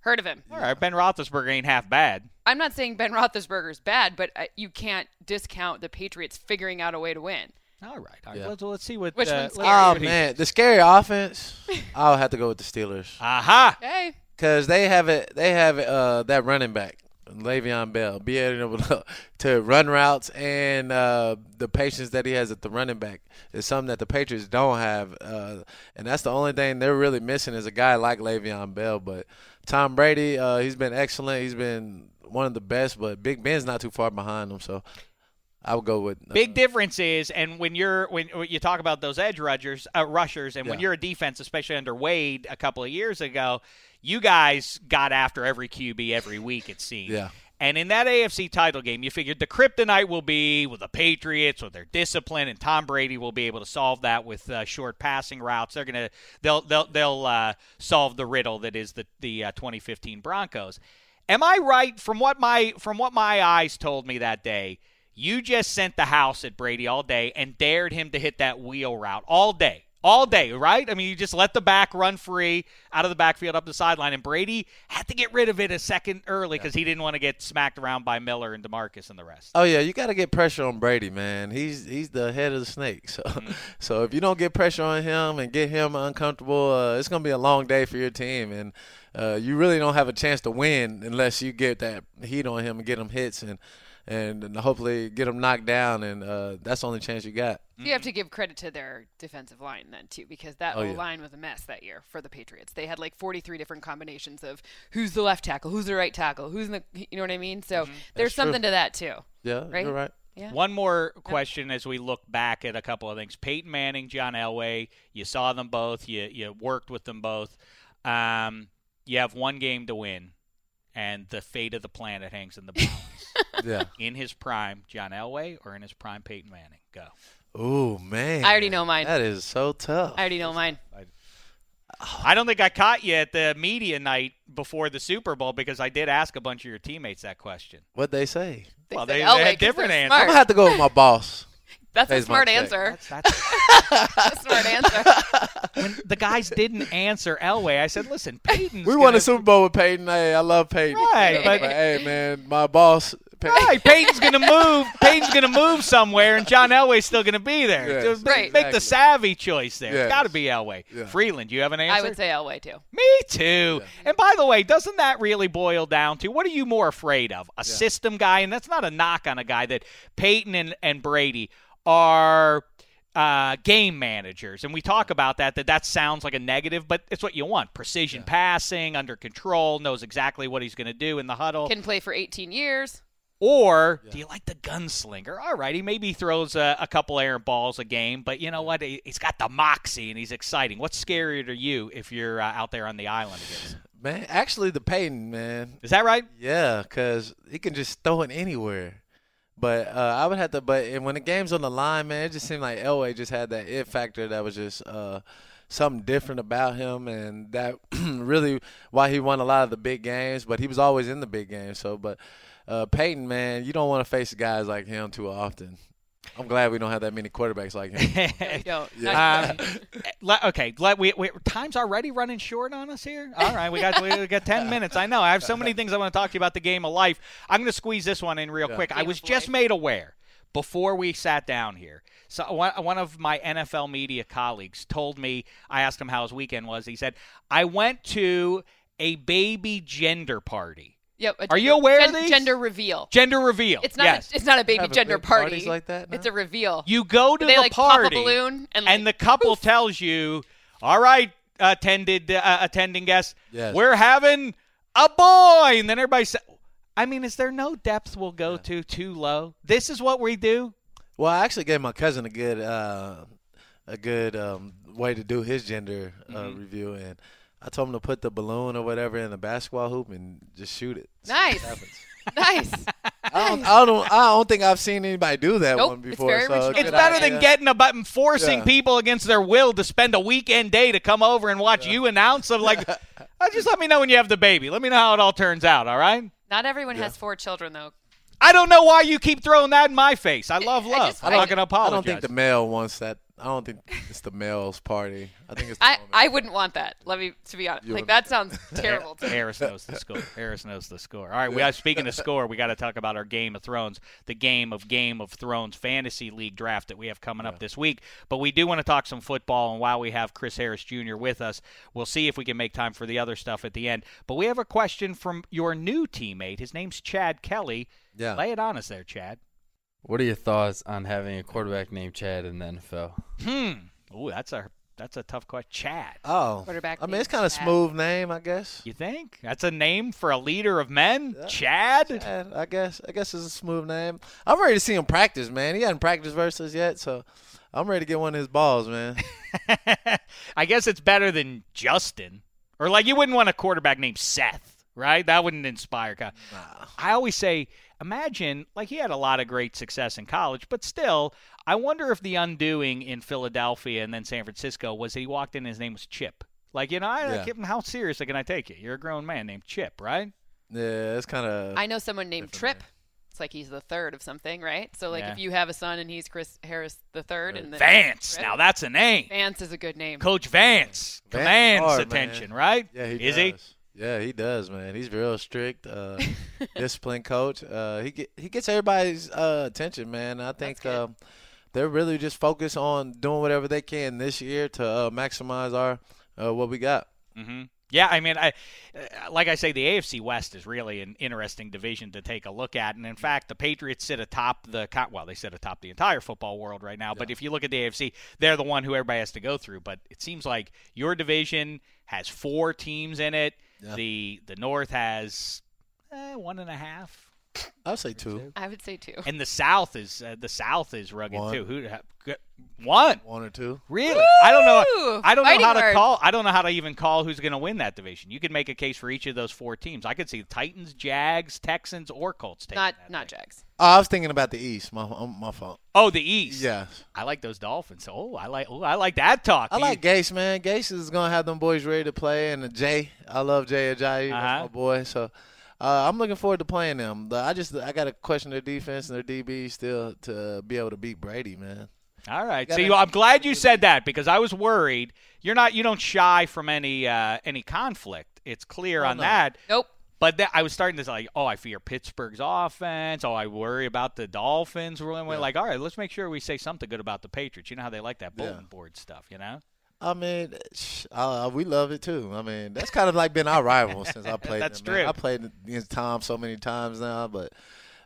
Heard of him?
All right, Ben Roethlisberger ain't half bad.
I'm not saying Ben Roethlisberger's bad, but uh, you can't discount the Patriots figuring out a way to win.
All right. All right.
Yeah.
Let's, let's see what.
Which
uh,
one's
let's
scary?
see
Oh
what he-
man, the scary offense. I'll have to go with the Steelers.
Aha.
Hey.
Because they have it. They have uh, that running back, Le'Veon Bell, be able to- to run routes and uh, the patience that he has at the running back is something that the Patriots don't have, uh, and that's the only thing they're really missing is a guy like Le'Veon Bell. But Tom Brady, uh, he's been excellent. He's been one of the best. But Big Ben's not too far behind him, so I would go with uh,
Big difference is, and when you're when when you talk about those edge rushers, uh, rushers, and when
Yeah.
you're a defense, especially under Wade a couple of years ago, you guys got after every QB every week it seemed.
Yeah.
And in that AFC title game, you figured the kryptonite will be with the Patriots with their discipline, and Tom Brady will be able to solve that with uh, short passing routes. They're gonna they'll they'll they'll uh, solve the riddle that is the the uh, 2015 Broncos. Am I right from what my from what my eyes told me that day? You just sent the house at Brady all day and dared him to hit that wheel route all day. All day, right? I mean, you just let the back run free out of the backfield up the sideline, and Brady had to get rid of it a second early because he didn't want to get smacked around by Miller and Demarcus and the rest.
Oh yeah, you got to get pressure on Brady, man. He's he's the head of the snake. So so if you don't get pressure on him and get him uncomfortable, uh, it's gonna be a long day for your team, and uh, you really don't have a chance to win unless you get that heat on him and get him hits and and, and hopefully get him knocked down, and uh, that's the only chance you got.
You have to give credit to their defensive line then too, because that
Oh,
O
yeah.
line was a mess that year for the Patriots. They had like 43 different combinations of who's the left tackle, who's the right tackle, who's in the you know what I mean. So there's
Mm-hmm. That's true.
something to that too.
Yeah,
right.
you're right.
Yeah.
One more question as we look back at a couple of things: Peyton Manning, John Elway. You saw them both. You you worked with them both. Um, you have one game to win, and the fate of the planet hangs in the balance.
Yeah.
In his prime, John Elway, or in his prime, Peyton Manning. Go.
Ooh man,
I already know mine.
That is so tough.
I already know mine.
I don't think I caught you at the media night before the Super Bowl because I did ask a bunch of your teammates that question.
What they say?
They
well,
said
they, they
Elway 'cause
had different
they're
answers.
smart.
I'm gonna have to go with my boss.
That's a
That's my
smart
pick.
answer.
That's, that's,
a smart answer.
when the guys didn't answer Elway, I said, "Listen, Peyton's
We won
gonna-
a Super Bowl with Peyton. Hey, I love Peyton.
Right, but-
hey man, my boss. Peyton.
Right, Peyton's gonna move. Peyton's gonna move somewhere, and John Elway's still gonna be there.
Yes,
Just
Right.
Make the
exactly.
savvy choice there.
Yes.
It's got to be Elway.
Yeah.
Freeland, you have an answer.
I would say Elway too.
Me too. And by the way, doesn't that really boil down to what are you more afraid of? A system guy, and that's not a knock on a guy that Peyton and, and Brady are uh, game managers, and we talk about that. That that sounds like a negative, but it's what you want: precision passing, under control, knows exactly what he's going to do in the huddle.
Can play for 18 years.
Or do you like the gunslinger? All right, he maybe throws a, a couple errant balls a game, but you know what? He, he's got the moxie and he's exciting. What's scarier to you if you're uh, out there on the island against? him?
Man, actually, the Peyton man.
Is that right?
Yeah, cause he can just throw it anywhere. But uh, I would have to. But and when the game's on the line, man, it just seemed like Elway just had that it factor that was just uh, something different about him, and that really why he won a lot of the big games. But he was always in the big games. So, but uh, Peyton, man, you don't want to face guys like him too often. I'm glad we don't have that many quarterbacks like him.
No, you don't.
Um, le- okay, let, we, we, time's already running short on us here. All right, we got we got ten minutes. I know I have so many things I want to talk to you about the game of life. I'm going to squeeze this one in real quick. I
Game
was
of
just
life.
made aware before we sat down here. So one, one of my NFL media colleagues told me. I asked him how his weekend was. He said I went to a baby gender party,
Yep. a
Are you
gender-
aware of
gen-
these?
Gender reveal.
gender reveal.
It's not.
Yes.
A, it's not a baby
Have a
gender
big
party.
parties like that
It's
now?
a reveal.
You go to
they
the
like
party
pop a balloon and, like,
the couple tells you, "All right, attended uh, attending guests,
Yes.
we're having a boy," and then everybody says, "I mean, is there no depth we'll go to too low? This is what we do."
Well, I actually gave my cousin a good uh, a good um, way to do his gender uh,
Mm-hmm.
review, and I told him to put the balloon or whatever in the basketball hoop and just shoot it. See what
Nice.
happens.
nice.
I don't, I don't, I don't think I've seen anybody do that
Nope,
one
it's
before.
very
so
original.
a
It's
good
better
idea.
than getting a button forcing
Yeah.
people against their will to spend a weekend day to come over and watch you announce them. Like, "Uh, just let me know when you have the baby. Let me know how it all turns out. All right.
Not everyone has four children though.
I don't know why you keep throwing that in my face. I love love.
just-
I'm
I-
not going
I
to apologize.
don't think the male wants that. I don't think it's the males' party. I think it's the
I, I wouldn't want that. Let me to be honest.
You
like
wouldn't-
that sounds terrible. To
Ha-
me.
Harris knows the score. Harris knows the score. All right, we are speaking of score. We got to talk about our Game of Thrones, the game of Game of Thrones fantasy league draft that we have coming up this week. But we do want to talk some football, and while we have Chris Harris Jr. with us, we'll see if we can make time for the other stuff at the end. But we have a question from your new teammate. His name's Chad Kelly.
Yeah.
lay it on us there, Chad.
What are your thoughts on having a quarterback named Chad in the NFL?
Hmm. Ooh, that's a that's a tough question. Chad.
Oh,
quarterback.
I mean, it's kind of smooth name, I guess.
You think that's a name for a leader of men, Chad?
Chad, I guess. I guess it's a smooth name. I'm ready to see him practice, man. He hasn't practiced verses yet, so I'm ready to get one of his balls, man.
I guess it's better than Justin. Or like you wouldn't want a quarterback named Seth, right? That wouldn't inspire. co- I always say, imagine like he had a lot of great success in college, but still, I wonder if the undoing in Philadelphia and then San Francisco was he walked in and his name was Chip. Like you know, I,
Yeah.
how seriously can I take it? You're a grown man named Chip, right?
Yeah, it's kind of.
I know someone named Trip. It's like he's the third of something, right? So like
Yeah.
if you have a son and he's Chris Harris the third, and then
Vance. Now that's a name.
Vance is a good name.
Coach
Vance
Vance commands
hard,
attention,
man.
right?
Yeah, he
is he?
does. Yeah, he does, man. He's real strict, uh, disciplined coach. Uh, he get, he gets everybody's uh, attention, man. I think um, they're really just focused on doing whatever they can this year to uh, maximize our uh, what we got.
Mm-hmm. Yeah, I mean, I uh, like I say, the AFC West is really an interesting division to take a look at, and in fact, the Patriots sit atop the co- well, they sit atop the entire football world right now. But if you look at the AFC, they're the one who everybody has to go through. But it seems like your division has four teams in it.
Yeah.
The the North has eh, one and a half,
I'll say two.
I would say two.
and the South is uh, the South is rugged
One.
too. Who good- one?
One or two?
Really? I don't know.
Woo!
I don't know
Fighting
how to
words.
call. I don't know how to even call who's going to win that division. You could make a case for each of those four teams. I could see Titans, Jags, Texans, or Colts. Taking
Not
that.
not Jags.
Oh, I was thinking about the East. My um, my fault.
Oh, the East.
Yeah.
I like those Dolphins. Oh, I like. Oh, I like that talk.
I
You-
like Gase, man. Gase is gonna have them boys ready to play, and Jay. I love Jay Ajayi,
Uh-huh.
that's my boy. So uh, I'm looking forward to playing them. But I just I gotta question their defense and their DB still to be able to beat Brady, man.
All right.
Got
See,
any-
I'm glad you said that because I was worried. You're not. You don't shy from any uh, any conflict. It's clear
Oh,
on
no.
that.
Nope.
But that, I was starting to like, oh, I fear Pittsburgh's offense. Oh, I worry about the Dolphins. Really, we're like, all right, let's make sure we say something good about the Patriots. You know how they like that bulletin board stuff, you know?
I mean, sh- uh, we love it too. I mean, that's kind of like been our rival since I played.
That's
them, man.
true.
I played against Tom so many times now, but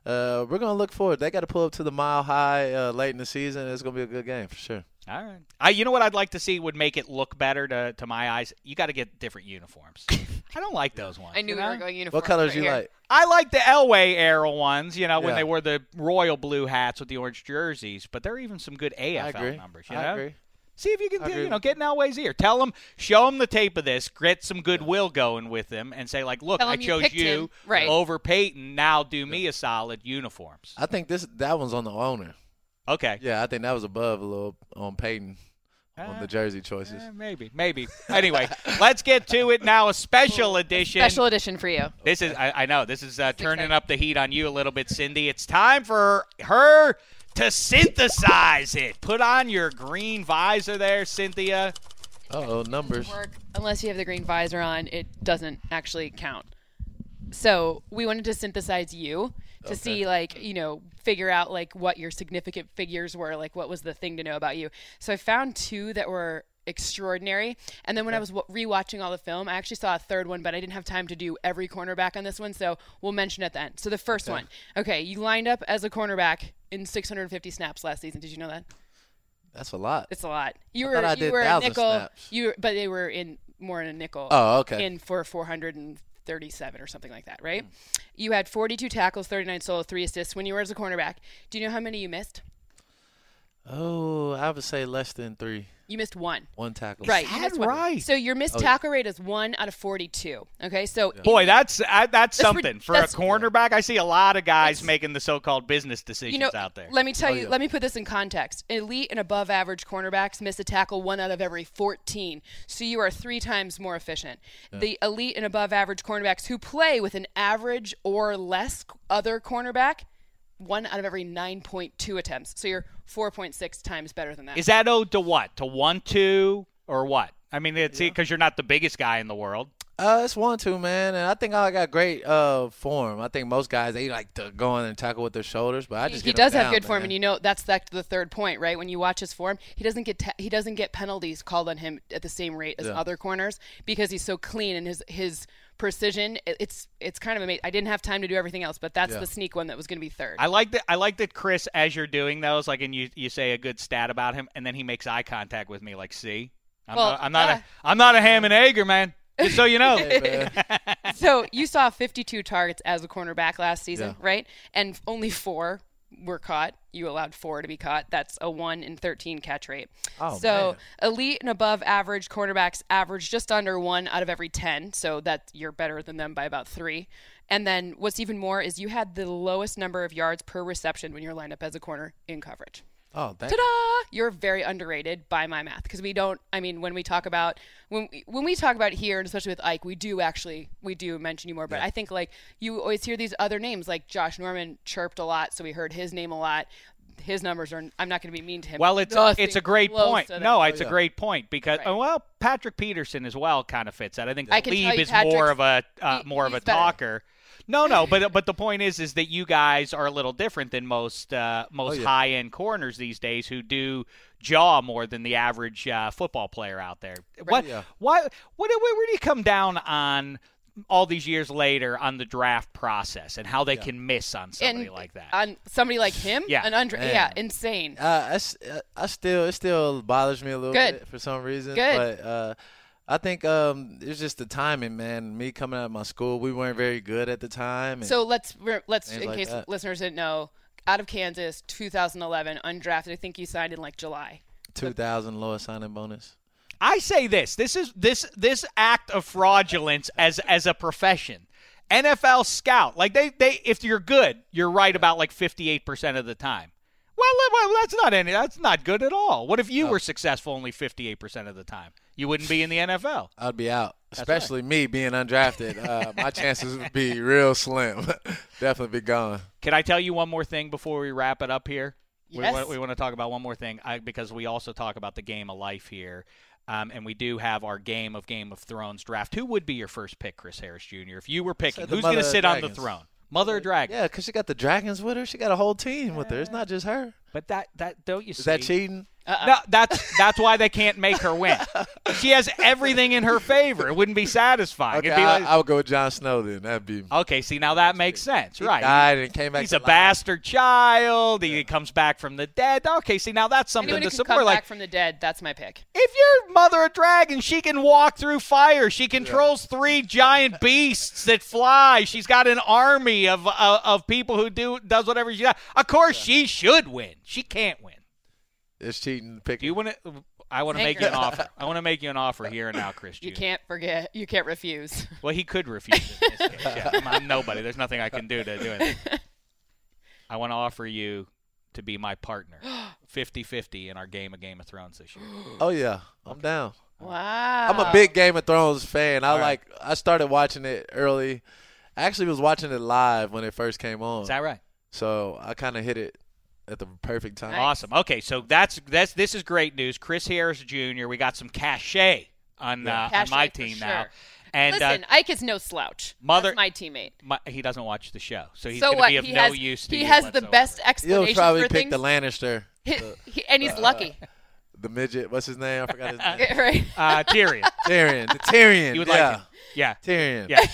uh, we're gonna look forward. They got to pull up to the mile high uh, late in the season. It's gonna be a good game for sure.
All right. I, you know what I'd like to see would make it look better to, to my eyes? You got to get different uniforms. I don't like those ones.
I knew
you
we were
know?
going uniform.
What colors you like?
I like the Elway era ones, you know, when
Yeah.
they wore the royal blue hats with the orange jerseys. But there are even some good AFL
agree.
numbers.
I
You know?
agree.
See if you can,
I agree
you
with
know, get in Elway's ear. Tell him, show him the tape of this, get some goodwill going with him, and say like, look,
Tell
I
him you
chose
picked
you
him. Right.
over Peyton. Now do me a solid uniforms.
I think this that one's on the owner.
Okay.
Yeah, I think that was above a little on Peyton on
Uh,
the jersey choices.
um,
Eh, maybe, maybe. Anyway, let's get to it now. A special edition.
Special edition for you.
This is I, I know this is uh, turning up the heat on you a little bit, Cindy. It's time for her to synthesize it. Put on your green visor there, Cynthia.
Oh, numbers.
work unless you have the green visor on it doesn't actually count so we wanted to synthesize you to
Okay.
see like you know figure out like what your significant figures were like what was the thing to know about you so i found two that were extraordinary and then when i was w- rewatching all the film i actually saw a third one but i didn't have time to do every cornerback on this one so we'll mention it at the end so the first
Okay.
one okay you lined up as a cornerback in 650 snaps last season did you know that
That's a lot.
it's a lot. You
I
were
thought I
you
did
were a
1,000
nickel.
snaps.
You were- but they were in more in a nickel.
Oh, okay.
In for 437 or something like that, right? You had 42 tackles, 39 solo, three assists when you were as a cornerback. Do you know how many you missed?
Oh, I would say less than three.
You missed one.
One tackle.
Right. You missed one. So your missed
Oh, yeah.
tackle rate is one out of 42. Okay, so
Boy, that's uh, that's
That's rid-
something for a
that's-
cornerback. I see a lot of guys making the so-called business decisions
you know,
out there.
let me tell
Oh,
you, let me put this in context. Elite and above average cornerbacks miss a tackle one out of every 14. So you are three times more efficient.
Yeah.
The elite and above average cornerbacks who play with an average or less c- other cornerback one out of every 9.2 attempts. So you're 4.6 times better than that.
Is that owed to what? To one, two, or what? I mean, it's because you're not the biggest guy in the world.
Uh, it's one two man, and I think I got great uh form. I think most guys they like to go in and tackle with their shoulders, but I just
he
get 'em
does have
down,
good form,
man.
and you know that's that the third point, right? When you watch his form, he doesn't get ta- he doesn't get penalties called on him at the same rate as
Yeah.
other corners because he's so clean and his his precision. it- It's it's kind of amazing. I didn't have time to do everything else, but that's
Yeah.
the sneak one that was going to be third.
I like that. I like that, Chris. As you're doing those, like, and you you say a good stat about him, and then he makes eye contact with me, like, "See, I'm
Well,
not, I'm not
yeah.
a, I'm not a ham and egger, man." Just so you know.
so you saw 52 targets as a cornerback last season,
Yeah.
right? And only four were caught. You allowed four to be caught. That's a one in 13 catch rate.
Oh,
so
man.
elite and above average cornerbacks average just under one out of every 10. So that you're better than them by about three. And then what's even more is you had the lowest number of yards per reception when you're lined up as a corner in coverage.
Oh, thank
Ta-da! You're very underrated by my math because we don't. I mean, when we talk about when we, when we talk about here, and especially with Ike, we do actually we do mention you more. But
Yeah.
I think like you always hear these other names, like Josh Norman chirped a lot, so we heard his name a lot. His numbers are. I'm not going to be mean to him.
Well, it's it's a
Nothing
great
close
point.
to that.
No, it's a great point because oh, well, Patrick Peterson as well kind of fits that. I think
I can tell
Lieb
you
is more
Patrick's-
of a uh, more of a
better.
talker. No, no, but but the point is is that you guys are a little different than most uh, most
Oh, yeah.
high end corners these days who do jaw more than the average uh, football player out there. What
Yeah.
why what what where do you come down on all these years later on the draft process and how they can miss on somebody
And
like that?
on somebody like him.
Yeah.
an under.
Man.
Yeah, insane.
Uh, I, s- uh, I still it still bothers me a little
Good.
bit for some reason.
Good.
But uh, I think um, it's just the timing, man. Me coming out of my school, we weren't very good at the time. and-
So let's re- let's
Things
in
like
case
that.
listeners didn't know, out of Kansas, 2011, undrafted. I think you signed in like July.
2000 lowest signing bonus.
I say this: this is this this act of fraudulence as as a profession. NFL scout, like they they if you're good, you're right about like 58 percent of the time. Well, that- well, that's not any. That's not good at all. What if you were successful only 58 percent of the time? You wouldn't be in the NFL.
I'd be out,
That's right.
especially me being undrafted. Uh, my chances would be real slim. Definitely be gone.
Can I tell you one more thing before we wrap it up here? We
Yes.
wa- We, want to talk about one more thing I, because we also talk about the game of life here. Um, and we do have our game of Game of Thrones draft. Who would be your first pick, Chris Harris Jr.? If you were picking,
Said the
who's going
Mother
to
of
sit on the
Dragons.
throne? Mother of Dragons.
Yeah, because she got the dragons with her. She got a whole team with her. It's not just her.
But that that don't you
Is that
see-
cheating?
No, that's that's why they can't make her win. she has everything in her favor. It wouldn't be satisfying.
Okay,
It'd be
I,
like-
I would go with Jon Snow then. That'd be
okay, see now that makes sense, right?
died and came back
He's a bastard child. He comes back from the dead. Okay, see now that's something
Anyone who
to
can
support.
come
Like
back from the dead, that's my pick.
If you're Mother of Dragons, she can walk through fire. She controls three giant beasts that fly. She's got an army of of, of people who do does whatever she does. Of course, she should win. She can't win.
It's cheating. Pick.
Do you want to? I want to
Thank
make you an
you.
offer. I want to make you an offer here and now, Chris.
You
Jr.
can't forget. You can't refuse.
Well, he could refuse in this case. Yeah, I'm, I'm nobody. There's nothing I can do to do it. I want to offer you to be my partner, 50-50 in our game of Game of Thrones this year.
Oh yeah, I'm down.
Wow.
I'm a big Game of Thrones fan. I
All right.
like. I started watching it early. I actually was watching it live when it first came on. Is
that right?
So I kind of hit it at the perfect time.
Awesome. Okay, so that's that's this is great news. Chris Harris Jr. We got some cachet on
Yeah.
uh, on
Cachet
my
for
team now,
sure.
and
Listen,
uh,
Ike is no slouch.
Mother-
that's my teammate.
my, he doesn't watch the show, so he's
so
going to
what?
be of
he
no
has,
use to
he
you
has the
whatsoever.
best
You'll
explanation
probably
for
pick
things.
the Lannister,
He- he- and he's lucky,
the midget. What's his name? I forgot his name.
right?
Uh, Tyrion.
Tyrion. The Tyrion.
You would
yeah.
like him. Yeah.
Tyrion.
Yeah.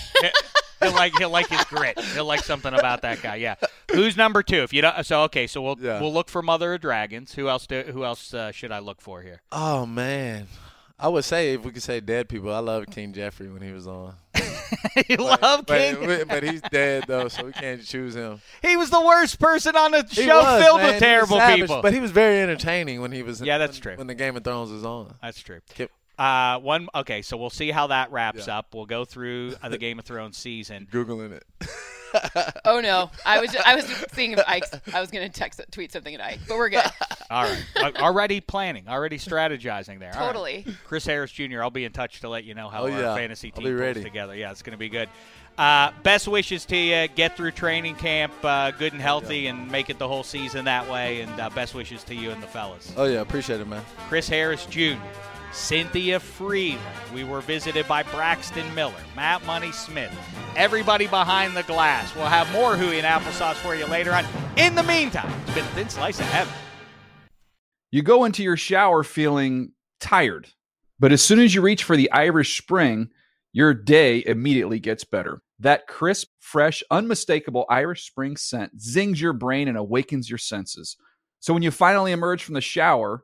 he'll like he'll like his grit. He'll like something about that guy. Yeah. Who's number two? If you don't, so okay. So we'll we'll look for Mother of Dragons. Who else? Do, who else uh, should I look for here?
Oh man, I would say if we could say dead people, I love King Jeffrey when he was on.
you love
but,
King.
But, but he's dead though, so we can't choose him.
He was the worst person on the
He
show,
was,
filled
man. He
with
was
terrible
savage,
people.
But he was very entertaining when he was.
Yeah, that's
when-
true.
When the Game of Thrones was on.
That's true.
Yep.
Uh, one okay, so we'll see how that wraps
Yeah.
up. We'll go through uh, the Game of Thrones season.
Googling it.
oh no, I was I was thinking of Ike's. I was going to text tweet something at Ike, but we're good.
All right, Al- already planning, already strategizing there. All right.
Totally.
Chris Harris Jr. I'll be in touch to let you know how
Oh,
our
yeah.
fantasy
I'll
team
be
pulls
ready.
together. Yeah, it's going to be good. Uh, best wishes to you. Get through training camp uh, good and healthy and make it the whole season that way. And uh, best wishes to you and the fellas.
Oh yeah, appreciate it, man.
Chris Harris Jr., Cynthia Freeland. We were visited by Braxton Miller, Matt Money Smith, everybody behind the glass. We'll have more Hooey and Applesauce for you later on. In the meantime, it's been a thin slice of heaven.
You go into your shower feeling tired, but as soon as you reach for the Irish Spring, your day immediately gets better. That crisp, fresh, unmistakable Irish Spring scent zings your brain and awakens your senses. So when you finally emerge from the shower,